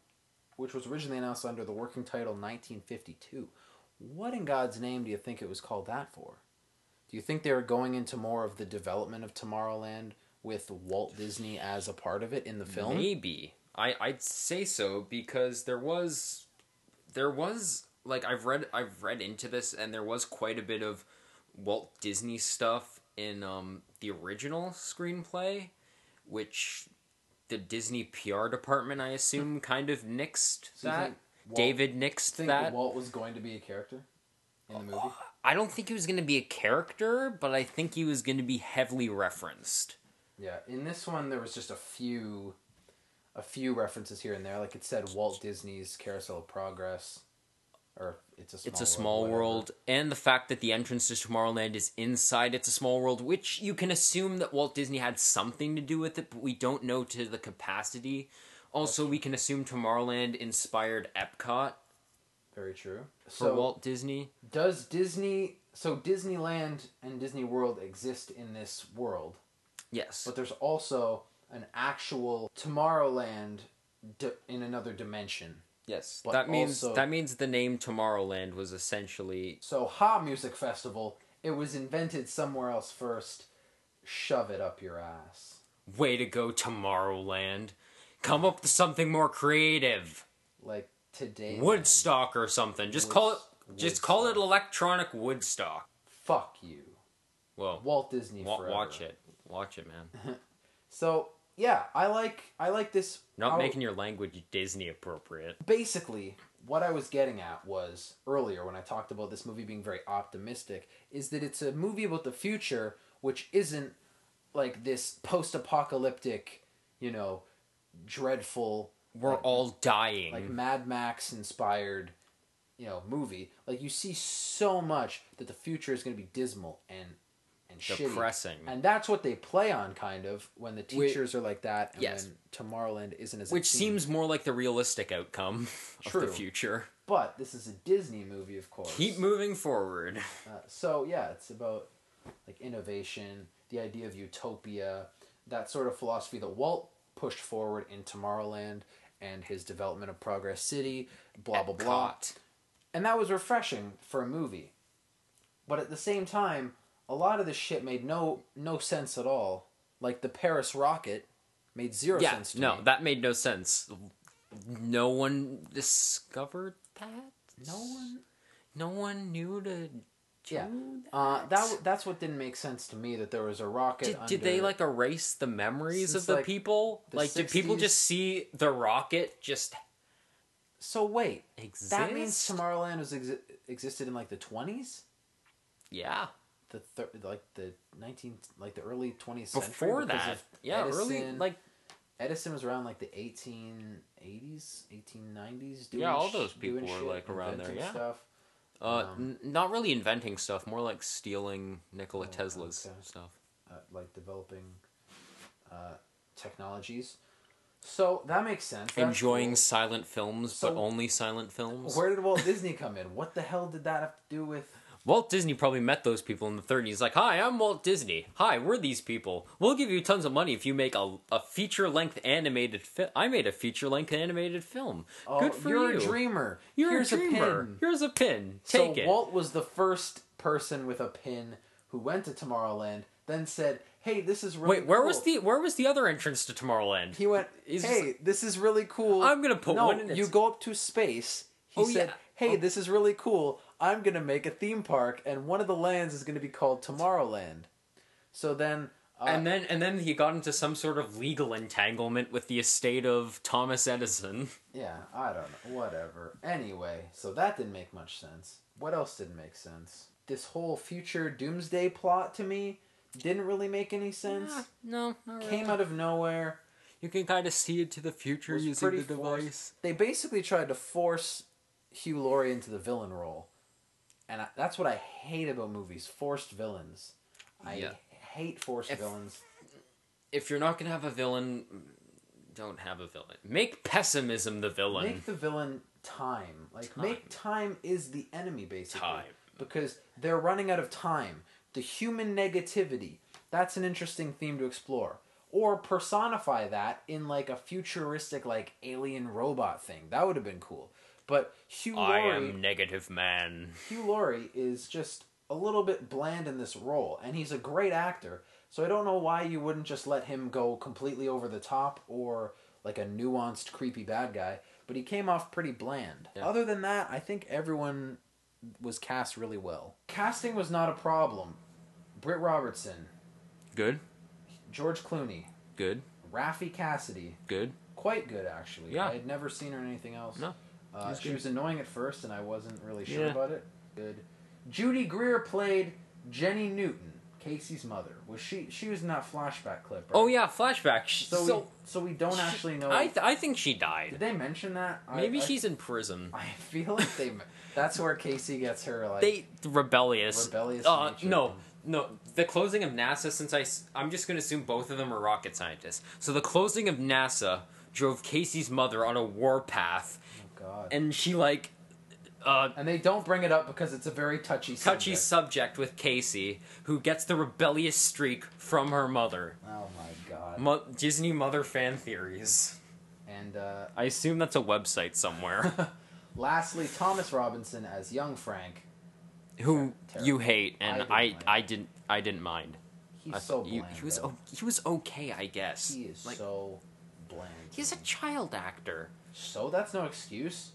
which was originally announced under the working title 1952. What in God's name do you think it was called that for? Do you think they were going into more of the development of Tomorrowland with Walt Disney as a part of it in the film?
Maybe I I'd say so because there was there was like I've read I've read into this and there was quite a bit of Walt Disney stuff in um the original screenplay, which the Disney PR department I assume kind of nixed
So you
that.
think Walt-
David nixed
think
that. Uh,
Walt was going to be a character in the movie?
I don't think he was going to be a character, but I think he was going to be heavily referenced.
Yeah, in this one there was just a few, a few references here and there. Like it said Walt Disney's Carousel of Progress, or it's a small
It's a small
whatever.
world, and the fact that the entrance to Tomorrowland is inside It's a Small World, which you can assume that Walt Disney had something to do with it, but we don't know to the capacity. Also, we can assume Tomorrowland inspired Epcot
Very true.
for
So
Walt Disney.
does Disney? So Disneyland and Disney World exist in this world,
Yes.
but there's also an actual Tomorrowland d- in another dimension.
yes.
but
that means
also-
that means the name Tomorrowland was essentially
So Ha Music Festival, it was invented somewhere else first. Shove it up your ass.
way to go Tomorrowland. Come up with something more creative.
Like today.
Woodstock or something. Just call it
Woods-
just call it electronic Woodstock.
Fuck you.
Whoa.
Walt Disney
Wa-
forever.
watch it. Watch it, man.
So yeah, I like I like this.
Not
how-
making your language Disney appropriate.
basically what I was getting at was earlier when I talked about this movie being very optimistic is that it's a movie about the future which isn't like this post-apocalyptic, you know, dreadful
We're all dying.
like Mad Max inspired, you know, movie. Like you see so much that the future is going to be dismal and and shitty.
Depressing.
and that's what they play on kind of when the
Whi-
teachers are like that and
Yes.
when Tomorrowland isn't as a
which
team.
seems more like the realistic outcome of
True.
the future.
But this is a Disney movie, of course.
Keep moving forward.
Uh, so yeah, it's about like innovation, the idea of utopia, that sort of philosophy that Walt pushed forward in Tomorrowland and his development of Progress City, blah blah blah.
Epcot.
And that was refreshing for a movie. But at the same time, a lot of this shit made no no sense at all. Like the Paris rocket made zero
Yeah,
sense to
no,
me.
that made no sense. No one discovered that.
no one
No one knew to. do
Yeah.
that?
Uh, that w- that's what didn't make sense to me that there was a rocket.
Did, did they
under-
like erase the memories
Since,
of the
like,
people?
the
like, did people
60s?
just see the rocket just
So wait,
exist?
that means Tomorrowland was exi- existed in like the twenties,
Yeah.
the thir- like the nineteenth, like the early twentieth century.
Before
because
that,
of
yeah, early
Edison.
like
Edison was around like the eighteen eighties, eighteen nineties.
Yeah, all those people were, like, around there, yeah.
Stuff.
Uh,
Um,
n- not really inventing stuff, more like stealing Nikola Tesla's
Oh, okay.
stuff.
uh, like developing uh, technologies. So that makes sense. That's
Enjoying
cool.
silent films,
So-
but only silent films.
Where did Walt Disney come in? What the hell did that have to do with?
Walt Disney probably met those people in the 30s, like, Hi, I'm Walt Disney. Hi, we're these people. We'll give you tons of money if you make a, a feature length animated film. I made a feature length animated film.
Oh,
Good for
you're
you.
a dreamer.
You're
Here's
a dreamer.
pin.
Here's a pin. Take
so
it.
Walt was the first person with a pin who went to Tomorrowland, then said, "Hey, this is really
Wait, where was
cool."
the where was the other entrance to Tomorrowland?
He went,
He's just
"Hey, this is really cool.
I'm gonna put
no,
one in it."
You go up to space." He
Oh,
said,
yeah.
"Hey, this is really cool. I'm gonna make a theme park, and one of the lands is gonna be called Tomorrowland." So then, uh,
and then and then he got into some sort of legal entanglement with the estate of Thomas Edison.
yeah, I don't know. Whatever. Anyway, so that didn't make much sense. What else didn't make sense? This whole future doomsday plot to me didn't really make any sense.
Ah, no, not
Came out of nowhere.
You can kind of see into the future
was
using the
pretty forced.
device.
They basically tried to force Hugh Laurie into the villain role, and I, that's what I hate about movies: forced villains. I
Yeah.
hate forced villains.
If you're not gonna have a villain, don't have a villain. Make pessimism the villain.
Make the villain time. Like make time is the enemy basically.
Time.
Because they're running out of time. The human negativity. That's an interesting theme to explore. Or personify that in like a futuristic like alien robot thing. That would have been cool. But Hugh
I
Laurie
am negative man.
Hugh Laurie is just a little bit bland in this role, and he's a great actor. So I don't know why you wouldn't just let him go completely over the top or like a nuanced, creepy bad guy. But he came off pretty bland. Other than that, I think everyone was cast really well. Casting was not a problem. Britt Robertson,
Good,
George Clooney,
good,
Rafi Cassidy,
good.
quite good actually.
Yeah.
I had never seen her in anything else.
No.
Uh, she was annoying at first, and I wasn't really sure
Yeah.
about it. Good. Judy Greer played Jenny Newton, Casey's mother, which was she? She was in that flashback clip. Right?
Oh yeah, flashback. She,
So
so
we, so we don't actually know.
I th- I think she
did
died.
they mention that? I-
Maybe
I,
she's in prison.
I feel like they. That's where Casey gets her like.
They rebellious.
Rebellious
Uh,
nature.
no, no. The closing of NASA. Since I, s- I'm just gonna assume both of them are rocket scientists. So the closing of NASA drove Casey's mother on a war path,
oh God. And,
and she like, uh,
they don't bring it up because it's a very touchy.
touchy
subject.
subject with Casey, who gets the rebellious streak from her mother.
Oh my God.
Mo- Disney mother fan theories.
And uh,
I assume that's a website somewhere.
lastly, Thomas Robinson as young Frank.
who
Terrible.
you hate,
I
and
didn't
I
mind.
I, didn't I didn't mind.
He's
I-
so
you-
bland.
he was
though.
o- he was okay, I guess.
He is
like
so bland.
he's a child actor.
So that's no excuse.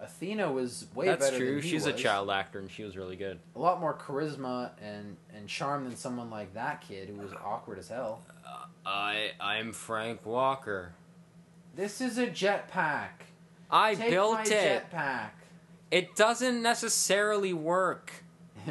Athena was way
that's
better.
true.
Than he
She's a
was.
child actor, and she was really good.
A lot more charisma and and charm than someone like that kid who was awkward as hell.
I I'm Frank Walker.
This is a jetpack.
I
Take my
built it.
jetpack.
It doesn't necessarily work.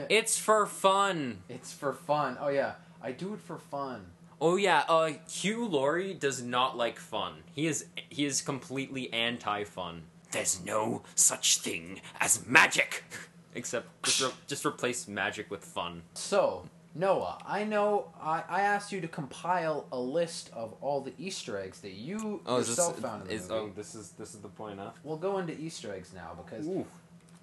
It's for fun.
It's for fun. Oh yeah, I do it for fun.
Oh yeah, uh Hugh Laurie does not like fun. He is he is completely anti fun. There's no such thing as magic. Except just, re- just replace magic with fun.
So Noah, I know I, I asked you to compile a list of all the Easter eggs that you yourself found in the movie.
this Oh, is oh. this is the point, huh?
We'll go into Easter eggs now because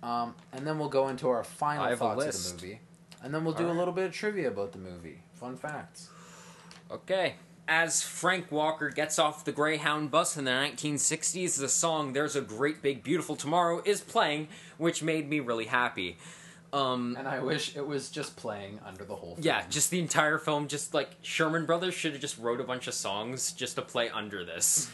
Um, and then we'll go into our
I
final
have a
thoughts of
list.
the movie. And then we'll do
Alright.
a little bit of trivia about the movie. Fun facts.
Okay. As Frank Walker gets off the Greyhound bus in the 1960s, the song There's a Great Big Beautiful Tomorrow is playing, which made me really happy. Um
And I wish it was just playing under the whole film.
yeah, just the entire film just like Sherman Brothers should have just wrote a bunch of songs just to play under this.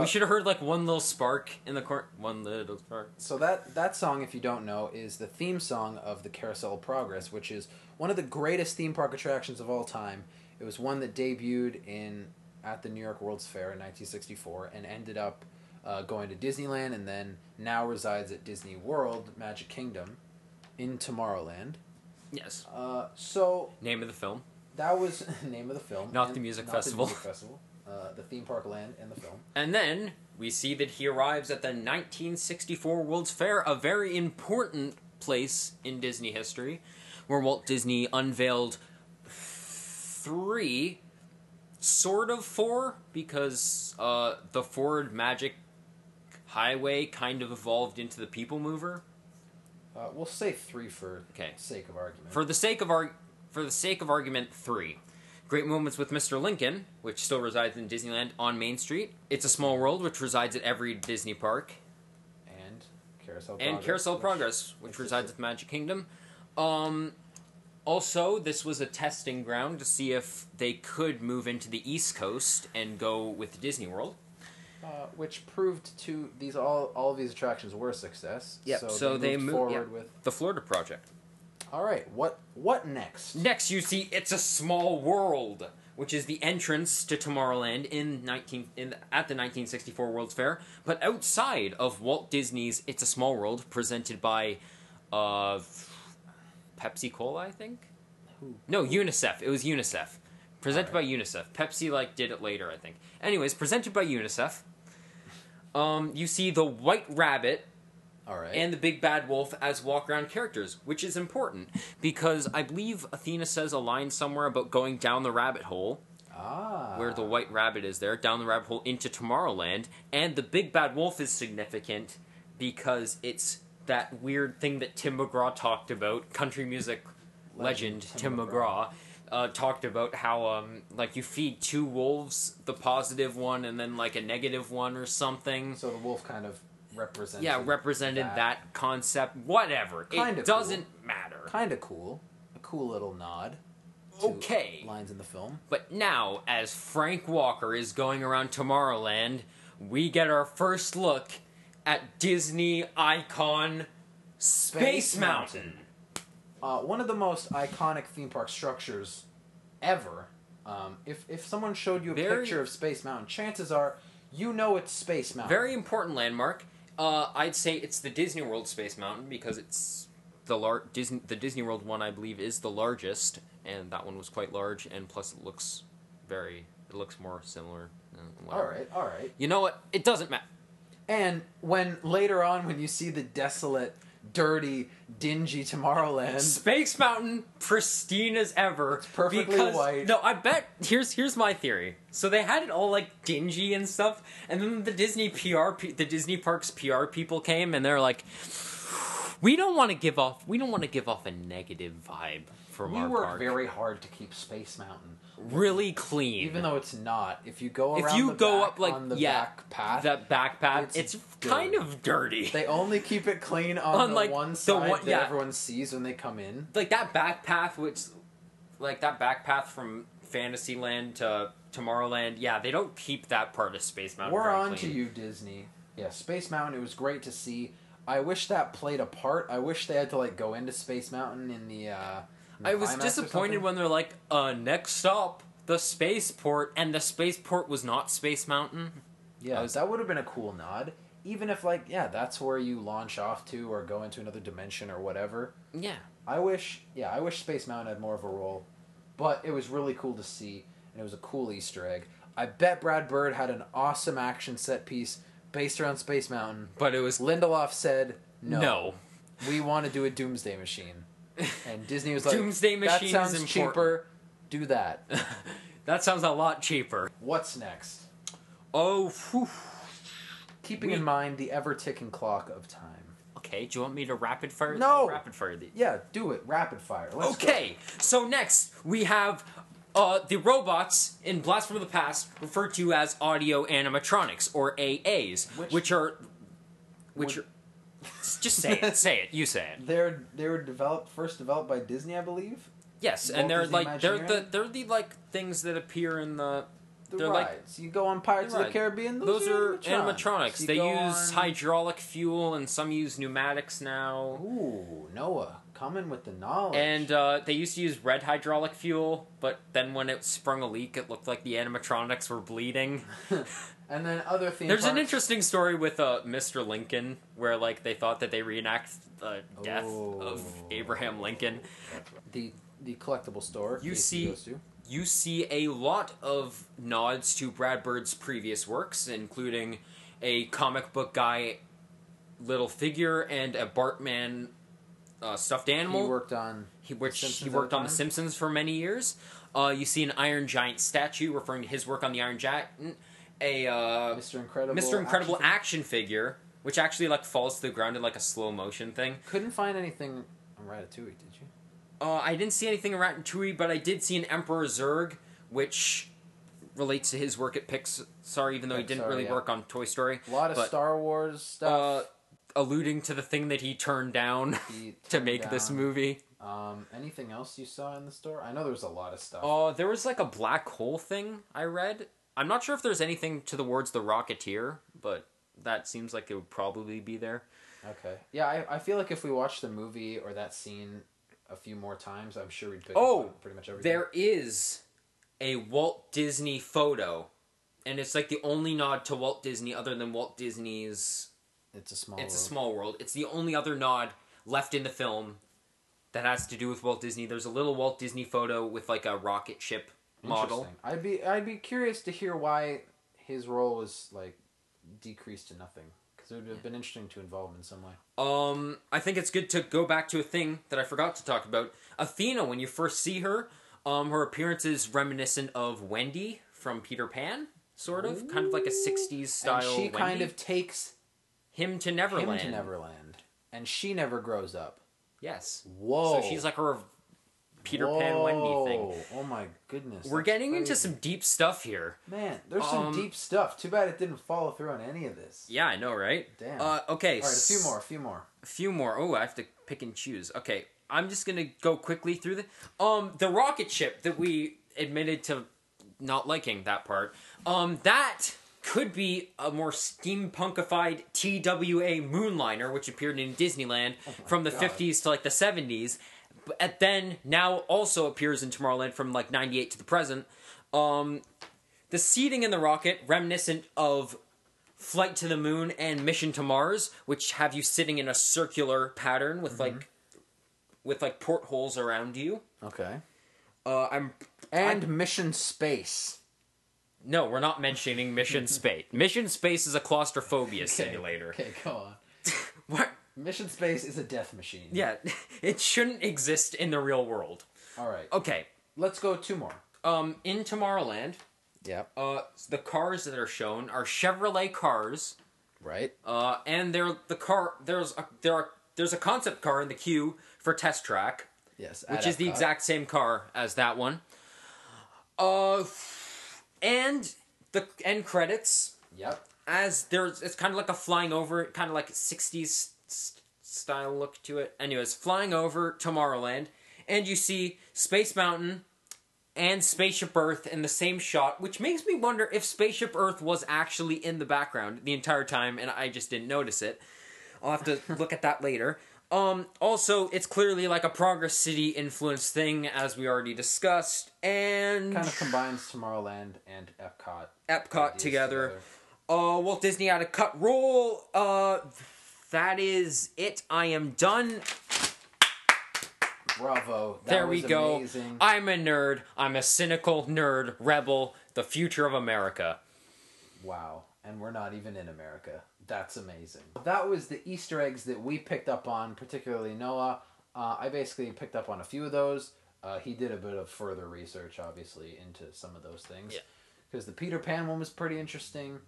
we should have heard like one little spark in the corner, one little spark.
So that that song, if you don't know, is the theme song of the Carousel of Progress, which is one of the greatest theme park attractions of all time. It was one that debuted in at the New York World's Fair in 1964 and ended up uh, going to Disneyland and then now resides at Disney World Magic Kingdom in Tomorrowland.
Yes.
Uh, so
Name of the film.
That was the name of the film.
Not
and-
the music
not
festival.
The music festival. Uh, the theme park land and the film.
And then we see that he arrives at the 1964 World's Fair, a very important place in Disney history, where Walt Disney unveiled three, sort of four, because uh, the Ford Magic Highway kind of evolved into the People Mover.
Uh, we'll say three for
Okay.
sake of argument.
For the sake of our, for the sake of argument, three. Great Moments with Mr. Lincoln, which still resides in Disneyland on Main Street. It's a Small World, which resides at every Disney park.
and Carousel
and
Progress,
Carousel
which-
Progress, which
which
resides
is-
at the Magic Kingdom. Um, also, this was a testing ground to see if they could move into the East Coast and go with Disney World.
Uh, which proved to these all all of these attractions were a success.
Yep.
So,
So
they,
they
moved
mo-
forward
yeah.
with.
The Florida Project.
All right. What what next?
Next, you see It's a Small World, which is the entrance to Tomorrowland in 19 in at the 1964 World's Fair, but outside of Walt Disney's It's a Small World presented by uh Pepsi Cola, I think.
Who?
No, UNICEF. It was UNICEF. Presented by UNICEF. Pepsi like did it later, I think. Anyways, presented by UNICEF. Um, you see the White Rabbit
All right.
and the Big Bad Wolf as walk around characters, which is important because I believe Athena says a line somewhere about going down the rabbit hole,
ah.
where the white rabbit is there, down the rabbit hole into Tomorrowland, and the Big Bad Wolf is significant because it's that weird thing that Tim McGraw talked about, country music legend, Tim, McGraw. Uh, talked about how um like you feed two wolves the positive one and then like a negative one or something
So the wolf kind of represented.
yeah represented that, concept whatever
Kinda
it doesn't matter
Kind of cool. A cool little nod. to
okay
Lines in the film.
but now as frank walker is going around tomorrowland we get our first look at disney icon space,
Space
mountain.
Mountain. uh, one of the most iconic theme park structures ever. Um, if if someone showed you a
Very-
picture of Space Mountain, chances are you know it's Space Mountain.
very important landmark uh, i'd say it's the disney world space mountain because it's the lar- Disney the Disney World one I believe is the largest, and that one was quite large, and plus it looks very it looks more similar. uh,
All
whatever.
right, all right.
You know what? It doesn't matter.
And when later on, when you see the desolate, dirty, dingy Tomorrowland,
Space Mountain, pristine as ever.
perfectly
because,
white.
No, I bet here's here's my theory. So they had it all like dingy and stuff, and then the Disney PR pe- the Disney Parks PR people came and they're like, we don't want to give off we don't want to give off a negative vibe from
we
our
work
park.
very hard to keep Space Mountain,
really clean.
even though it's not. If you go around,
if you
the
go
back
up like
on the
yeah,
back path,
that back path,
it's
it's,
dirty.
kind of dirty.
they only keep it clean on,
On,
the
like,
one
the
side
one-
that
yeah.
everyone sees when they come in.
like that back path which like that back path from Fantasyland to Tomorrowland, yeah, they don't keep that part of Space Mountain.
We're
very
on to
clean.
you, Disney. Yeah, Space Mountain. It was great to see. I wish that played a part. I wish they had to like go into Space Mountain in the. Uh, in the
I was
climax or
disappointed
something.
when they're like, uh, next stop, the spaceport, and the spaceport was not Space Mountain.
Yeah,
I was-
that would have been a cool nod. Even if like yeah, that's where you launch off to or go into another dimension or whatever.
Yeah.
I wish yeah, I wish Space Mountain had more of a role, but it was really cool to see and it was a cool Easter egg. I bet Brad Bird had an awesome action set piece based around Space Mountain.
But it was
Lindelof said no.
no.
we want to do a doomsday machine and disney was like
Doomsday
that
machine is
sounds
important."
cheaper do that
That sounds a lot cheaper.
what's next
Oh, whew.
keeping
We-
in mind the ever ticking clock of time
okay. Do you want me to rapid fire?
No.
Rapid fire these.
yeah do it rapid fire Let's go.
Okay, so next we have uh, the robots in Blast from the Past referred to as audio animatronics or AAs,
Which-
which, are which
Would-
are just say it, say it, you say it.
they're they were developed first developed by disney i believe
Yes,
Walt
and they're
Disney
like they're the
Imagineering?
they're the like things that appear in the,
the
they're like
rides you go on pirates of the
Right.
caribbean
Those, are animatronics.
You
They
go
use
on-
hydraulic fuel and some use pneumatics now.
ooh noah coming with the knowledge
And uh, they used to use red hydraulic fuel, but then when it sprung a leak, it looked like the animatronics were bleeding.
and then other things
There's an interesting story with uh, Mr. Lincoln where like they thought that they reenact the death of
Oh.
Abraham Lincoln.
the the collectible store
You
Casey
see-
goes to.
You see a lot of nods to Brad Bird's previous works, including a comic book guy little figure and a Bartman uh, stuffed
he
animal.
worked on
he, which
Simpsons
he
at
worked
the
on The
time?
Simpsons for many years. Uh, you see an Iron Giant statue referring to his work on the Iron Giant. A uh,
Mr. Incredible.
Mr. Incredible
action
action, figure, which actually like falls to the ground in like a slow motion thing.
figure. Couldn't find anything on Ratatouille, did you?
Uh, I didn't see anything around Ratatouille, but I did see an Emperor Zurg, which relates to his work at Pixar, even though he didn't
Pixar,
really
yeah.
work on Toy Story.
A lot of
but,
Star Wars
Uh,
stuff.
alluding to the thing that he turned down
He
to
turned
make this
down.
movie.
Um, anything else you saw in the store? I know there was a lot of stuff.
Uh, there was like a black hole thing I read. I'm not sure if there's anything to the words "The Rocketeer," but that seems like it would probably be there.
Okay. Yeah, I, I feel like if we watched the movie or that scene a few more times, I'm sure we'd pick
Oh,
up pretty much everything.
There is a Walt Disney photo, and it's like the only nod to Walt Disney other than Walt Disney's
it's a small.
It's a
world.
Small World. It's the only other nod left in the film that has to do with Walt Disney. There's a little Walt Disney photo with like a rocket ship model.
Interesting. I'd be I'd be curious to hear why his role was like decreased to nothing because it would have been interesting to involve him in some way.
Um, I think it's good to go back to a thing that I forgot to talk about. Athena, when you first see her, um, her appearance is reminiscent of Wendy from Peter Pan, sort of, kind of like a '60s style.
and she kind
Wendy.
of takes
him to
him
Neverland.
to Neverland, and she never grows up.
Yes.
Whoa.
So she's like a rev- Peter Pan Wendy thing.
Whoa. Oh my goodness.
We're
that's
getting into
crazy.
some deep stuff here.
Man, there's some
um,
deep stuff. Too bad it didn't follow through on any of this.
Yeah, I know, right?
Damn.
Uh, okay.
All right, a few
s-
more, a few more.
A few more. Oh, I have to pick and choose. Okay, I'm just gonna go quickly through the um the rocket ship that we admitted to not liking that part. Um, that could be a more steampunkified TWA Moonliner, which appeared in Disneyland from the
God.
50s to like the 70s, but and then now also appears in Tomorrowland from like 98 to the present. Um, the seating in the rocket, reminiscent of Flight Mm-hmm. to the Moon and Mission to Mars, which have you sitting in a circular pattern with like with like portholes around you.
Okay.
Uh, I'm
And Mission Space.
no, we're not mentioning Mission Space. Mission Space is a claustrophobia simulator.
Okay, go on.
What?
Mission Space is a death machine.
Yeah, it shouldn't exist in the real world.
All right.
Okay.
Let's go two more. Oh,
Um, in Tomorrowland,
Yep.
uh, the cars that are shown are Chevrolet cars.
Right.
Uh, and there the car there's a, there are there's a concept car in the queue for test track,
Yes.
which
at
is the
Epcot.
exact same car as that one. Uh, and the end credits
Yep.
as there's it's kind of like a flying over, kind of like sixties style look to it. Anyways, flying over Tomorrowland, and you see Space Mountain. And Spaceship Earth in the same shot, which makes me wonder if Spaceship Earth was actually in the background the entire time and I just didn't notice it. I'll have to look at that later. Um, also, it's clearly like a Progress City influence thing, as we already discussed, and
Kind of combines Tomorrowland and Epcot.
Epcot
ideas
together. Uh, Walt Disney had a cut roll. Uh, that is it. I am done.
Bravo. That
there we
was
go.
Amazing.
I'm a nerd. I'm a cynical nerd rebel. The future of America.
Wow. And we're not even in America. That's amazing. That was the Easter eggs that we picked up on, particularly Noah. Uh, I basically picked up on a few of those. Uh, he did a bit of further research, obviously, into some of those things.
Yeah.
Because the Peter Pan one was pretty interesting.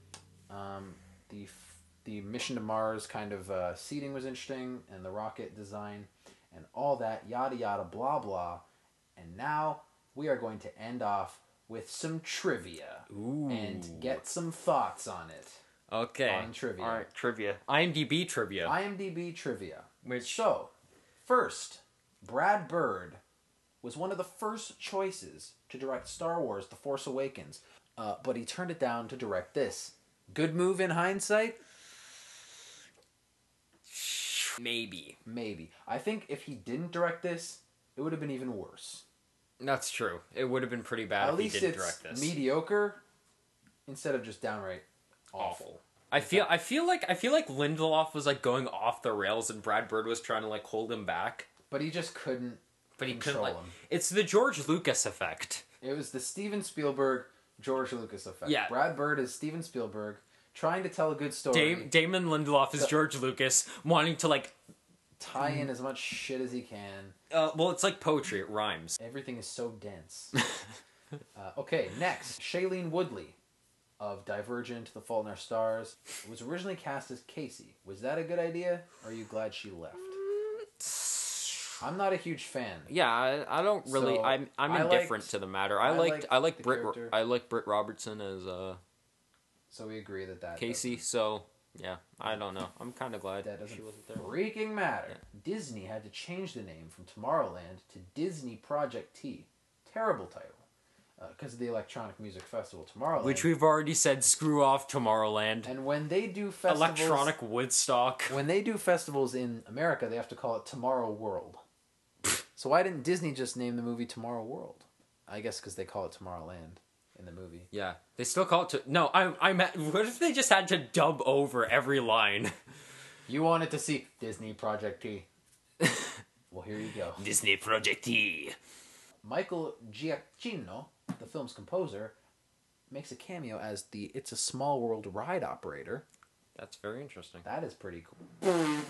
Um, the f- the mission to Mars kind of uh, seating was interesting, and the rocket design, and all that yada yada blah blah. And now we are going to end off with some trivia and get some thoughts on it.
Okay.
On trivia.
All right, trivia. IMDb trivia.
IMDb trivia.
Which-
so first, Brad Bird was one of the first choices to direct Star Wars: The Force Awakens, uh, but he turned it down to direct this. Good move in hindsight.
Maybe.
Maybe. I think if he didn't direct this, it would have been even worse.
That's true. It would have been pretty bad
At
if he
least
didn't
it's
direct this.
mediocre instead of just downright awful.
awful. I feel I feel like I feel like Lindelof was like going off the rails and Brad Bird was trying to like hold him back,
But he just couldn't.
but he couldn't
Control
like
him.
It's the George Lucas effect.
It was the Steven Spielberg, George Lucas effect.
Yeah.
Brad Bird is Steven Spielberg trying to tell a good story,
Dam- Damon Lindelof is George Lucas wanting to like
tie
Mm-hmm.
in as much shit as he can.
uh, well it's like poetry, it rhymes.
Everything is so dense. uh, okay, next, Shailene Woodley of Divergent, The Fault in Our Stars, was originally cast as Casey. Was that a good idea? Or are you glad she left?
Mm.
I'm not a huge fan.
Yeah, I, I don't really
So,
I'm I'm
I
indifferent
liked-
to the matter. I
I
liked,
liked
I like
the
Britt Ro-
character.
I like Britt Robertson as uh
So we agree that that
Casey, so yeah, I don't know. I'm kind of glad
That doesn't
she wasn't there.
freaking matter. Disney had to change the name from Tomorrowland to Disney Project T. Terrible title. Because of the Electronic Music Festival Tomorrowland.
Which we've already said screw off Tomorrowland.
and when they do festivals,
Electronic Woodstock.
when they do festivals in America, they have to call it Tomorrow World. so why didn't Disney just name the movie Tomorrow World? I guess because they call it Tomorrowland in the movie.
Yeah, they still call it to. No, I, I meant. What if they just had to dub over every line?
You wanted to see Disney Project T. well, here you go.
Disney Project E.
Michael Giacchino, the film's composer, makes a cameo as the It's a Small World ride operator.
That's very interesting.
That is pretty cool.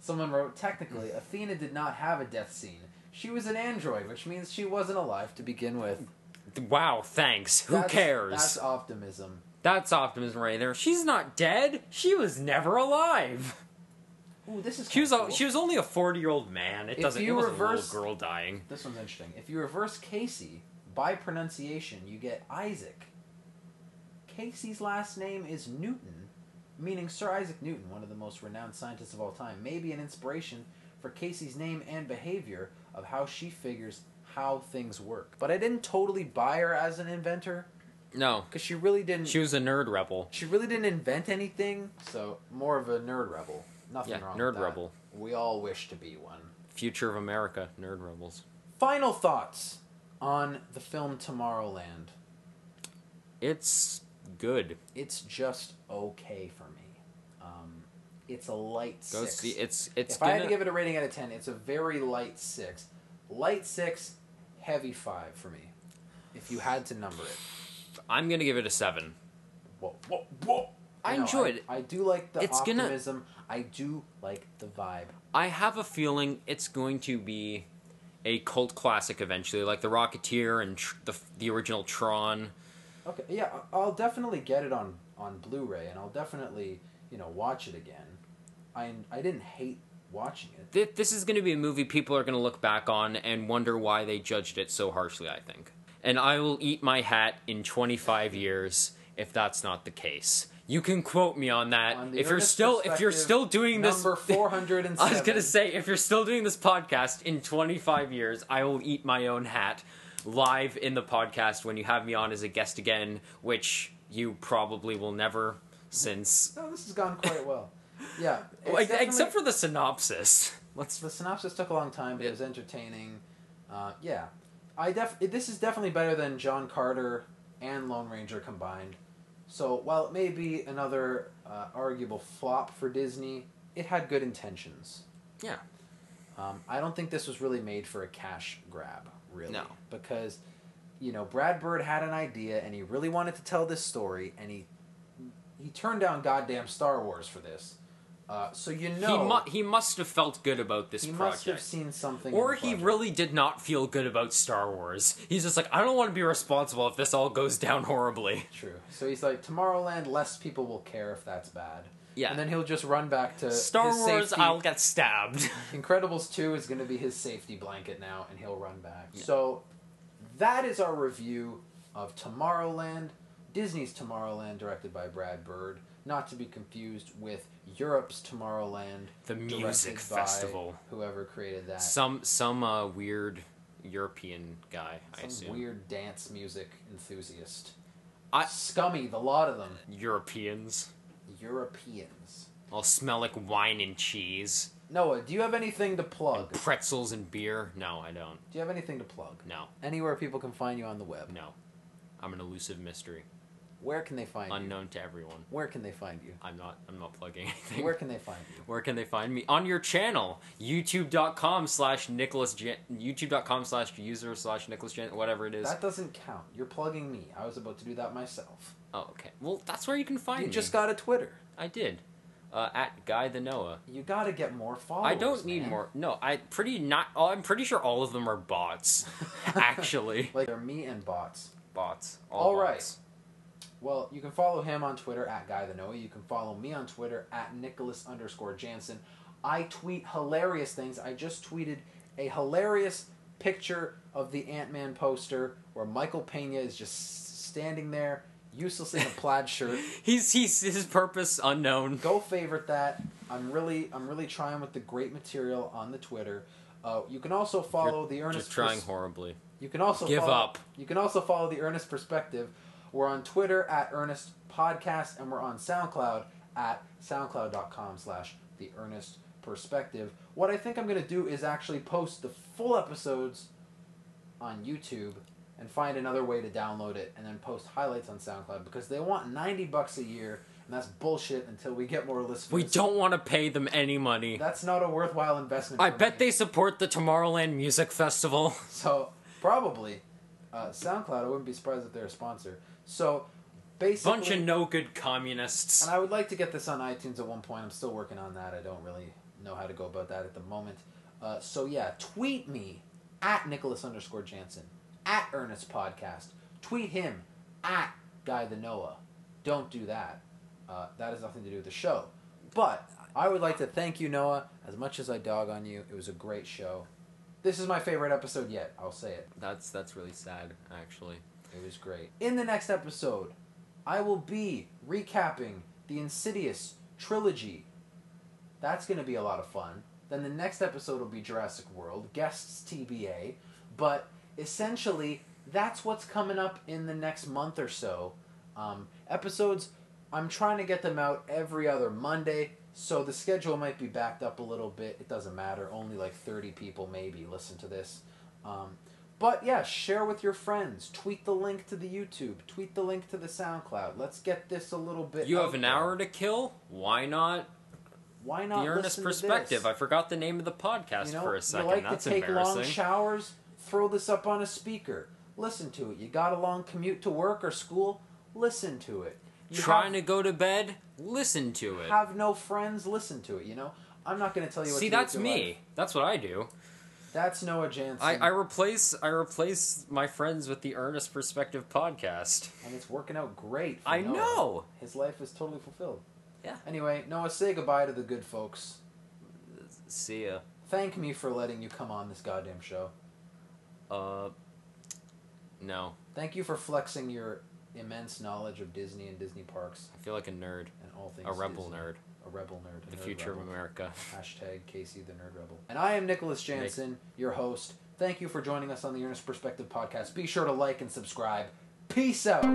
Someone wrote technically, Athena did not have a death scene. She was an android, which means she wasn't alive to begin with.
Wow, thanks. Who
That's-
cares?
That's
That's,
optimism.
optimism right there. She's not dead. She was never alive.
Ooh, this is
She was.
kinda
al-
cool.
She was only a forty-year-old man. It
If
doesn't.
you
it wasn't
reverse-
a little girl dying.
This one's interesting. If you reverse Casey by pronunciation, you get Isaac. Casey's last name is Newton, meaning Sir Isaac Newton, one of the most renowned scientists of all time, may be an inspiration for Casey's name and behavior of how she figures how things work. But I didn't totally buy her as an inventor
No,
because she really didn't.
she was a nerd rebel.
she really didn't invent anything. So more of a nerd rebel. Nothing
Yeah,
wrong.
nerd
with that.
rebel.
We all wish to be one.
Future of America, nerd rebels.
Final thoughts on the film Tomorrowland.
It's good.
It's just okay for me. Um, it's a light
Go
six.
see. It's it's
if I had
gonna-
to give it a rating out of ten, it's a very light six. Light six, heavy five for me. If you had to number it.
I'm gonna give it a seven.
Whoa, whoa, whoa.
I
know,
enjoyed it.
I, do like the
It's gonna-
optimism. I do like the vibe.
I have a feeling it's going to be a cult classic eventually, like The Rocketeer and tr- the the original Tron.
Okay, yeah, I- I'll definitely get it on on Blu-ray, and I'll definitely you know watch it again. I I didn't hate watching it.
Th- this is going to be a movie people are going to look back on and wonder why they judged it so harshly. I think, and I will eat my hat in 25 years if that's not the case. You can quote me on that.
On the
if you're
earnest
still if you're
perspective,
still doing this
number four hundred and
I
seven.
was gonna say, if you're still doing this podcast in 25 years, I will eat my own hat live in the podcast when you have me on as a guest again, which you probably will never since,
No, this has gone quite well. Yeah, it's
Like,
definitely-
except for the synopsis. Let's.
the synopsis took a long time, but it was entertaining. Uh, yeah, I def it- this is definitely better than John Carter and Lone Ranger combined. So while it may be another uh, arguable flop for Disney, it had good intentions.
Yeah.
Um, I don't think this was really made for a cash grab, really.
No.
Because, you know, Brad Bird had an idea and he really wanted to tell this story, and he he turned down goddamn Star Wars for this. Uh, so you know
He, mu- he must have felt good about this
he must have
project.
seen something. in
Or
the
he
project.
really did not feel good about Star Wars. He's just like, I don't want to be responsible if this all goes down horribly.
true. So he's like Tomorrowland. Less people will care if that's bad.
Yeah.
and then he'll just run back to
Star
his
Wars,
safety-
I'll get stabbed.
Incredibles two is going to be his safety blanket now, and he'll run back. So that is our review of Tomorrowland, Disney's Tomorrowland, directed by Brad Bird. Not to be confused with Europe's Tomorrowland,
The
directed
music
by
festival.
Whoever created that.
some some uh, weird European guy, I
some
assume.
weird dance music enthusiast.
I-
Scummy, the lot of them.
Europeans.
Europeans.
I'll smell like wine and cheese,
Noah, do you have anything to plug? Do
pretzels and beer. No, I don't.
you have anything to plug?
No,
Anywhere people can find you on the web.
no. I'm an elusive mystery,
Where can they find you?
unknown to everyone.
Where can they find you?
I'm not. I'm not plugging anything.
Where can they find you?
Where can they find me? On your channel, youtube.com slash Nicholas Jan- youtube.com slash user slash Nicholas Jan- whatever it is.
That doesn't count. You're plugging me. I was about to do that myself.
oh, okay. Well, that's where you can find
You
me.
just got a Twitter.
I did. Uh, at Guy the Noah.
You got to get more followers.
I don't need
man.
more. No, I pretty not. oh, I'm pretty sure all of them are bots. Actually,
Like they're me and bots.
bots.
All right.
bots.
Well, you can follow him on Twitter at Guy the Noah. You can follow me on Twitter at Nicholas underscore Jansen. I tweet hilarious things. I just tweeted a hilarious picture of the Ant Man poster where Michael Pena is just standing there, useless in a plaid shirt.
He's he's his purpose unknown.
Go favorite that. I'm really I'm really trying with the great material on the Twitter. Uh, you can also follow the earnest.
Just trying
Pers-
horribly.
you can also
Give
follow,
up.
You can also follow the Earnest Perspective. We're on Twitter at Earnest Podcast, and we're on SoundCloud at soundcloud.com slash the Earnest Perspective. What I think I'm going to do is actually post the full episodes on YouTube and find another way to download it and then post highlights on SoundCloud because they want 90 bucks a year, and that's bullshit until we get more listeners.
We don't want to pay them any money.
That's not a worthwhile investment.
I
for me.
bet they support the Tomorrowland Music Festival.
So probably uh, SoundCloud. I wouldn't be surprised if they're a sponsor. So basically,
Bunch of no good communists.
and I would like to get this on iTunes at one point. I'm still working on that. I don't really know how to go about that at the moment. Uh, so yeah, tweet me at Nicholas underscore Jansen at Ernest Podcast. Tweet him at Guy the Noah. Don't do that. Uh, that has nothing to do with the show. But I would like to thank you, Noah. As much as I dog on you, it was a great show. This is my favorite episode yet. I'll say it.
That's that's really sad, actually.
It was great. In the next episode, I will be recapping the Insidious trilogy. That's going to be a lot of fun. Then the next episode will be Jurassic World, guests TBA. But essentially, that's what's coming up in the next month or so. Um, episodes, I'm trying to get them out every other Monday, so the schedule might be backed up a little bit. It doesn't matter. Only like 30 people maybe listen to this. Um, but yeah, share with your friends. Tweet the link to the YouTube. Tweet the link to the SoundCloud. Let's get this a little bit.
You
out
have an
there.
hour to kill? Why not
Why not
The Earnest
listen to this?
Perspective. I forgot the name of the podcast
You know,
for a second.
You like
That's
to take
embarrassing.
long showers. Throw this up on a speaker. Listen to it. You got a long commute to work or school. Listen to it. You
Trying
have-
to go to bed, listen to it.
have no friends. Listen to it. You know. I'm not going to tell you. What
See,
to do with
that's
your
me.
life.
That's what I do.
That's Noah Jansen,
I, I replace I replace my friends with the Earnest Perspective podcast.
and it's working out great. For
I
Noah.
know.
His life is totally fulfilled.
Yeah.
Anyway, Noah, say goodbye to the good folks.
See ya.
Thank me for letting you come on this goddamn show.
Uh, no,
Thank you for flexing your immense knowledge of Disney and Disney parks
I feel like a nerd,
and all things.
a rebel
Disney.
nerd,
A rebel nerd. a
the
nerd
future of
rebel.
America.
Hashtag Casey the Nerd Rebel. And I am Nicholas Jansen, your host. Thank you for joining us on the Earnest Perspective Podcast. Be sure to like and subscribe. Peace out.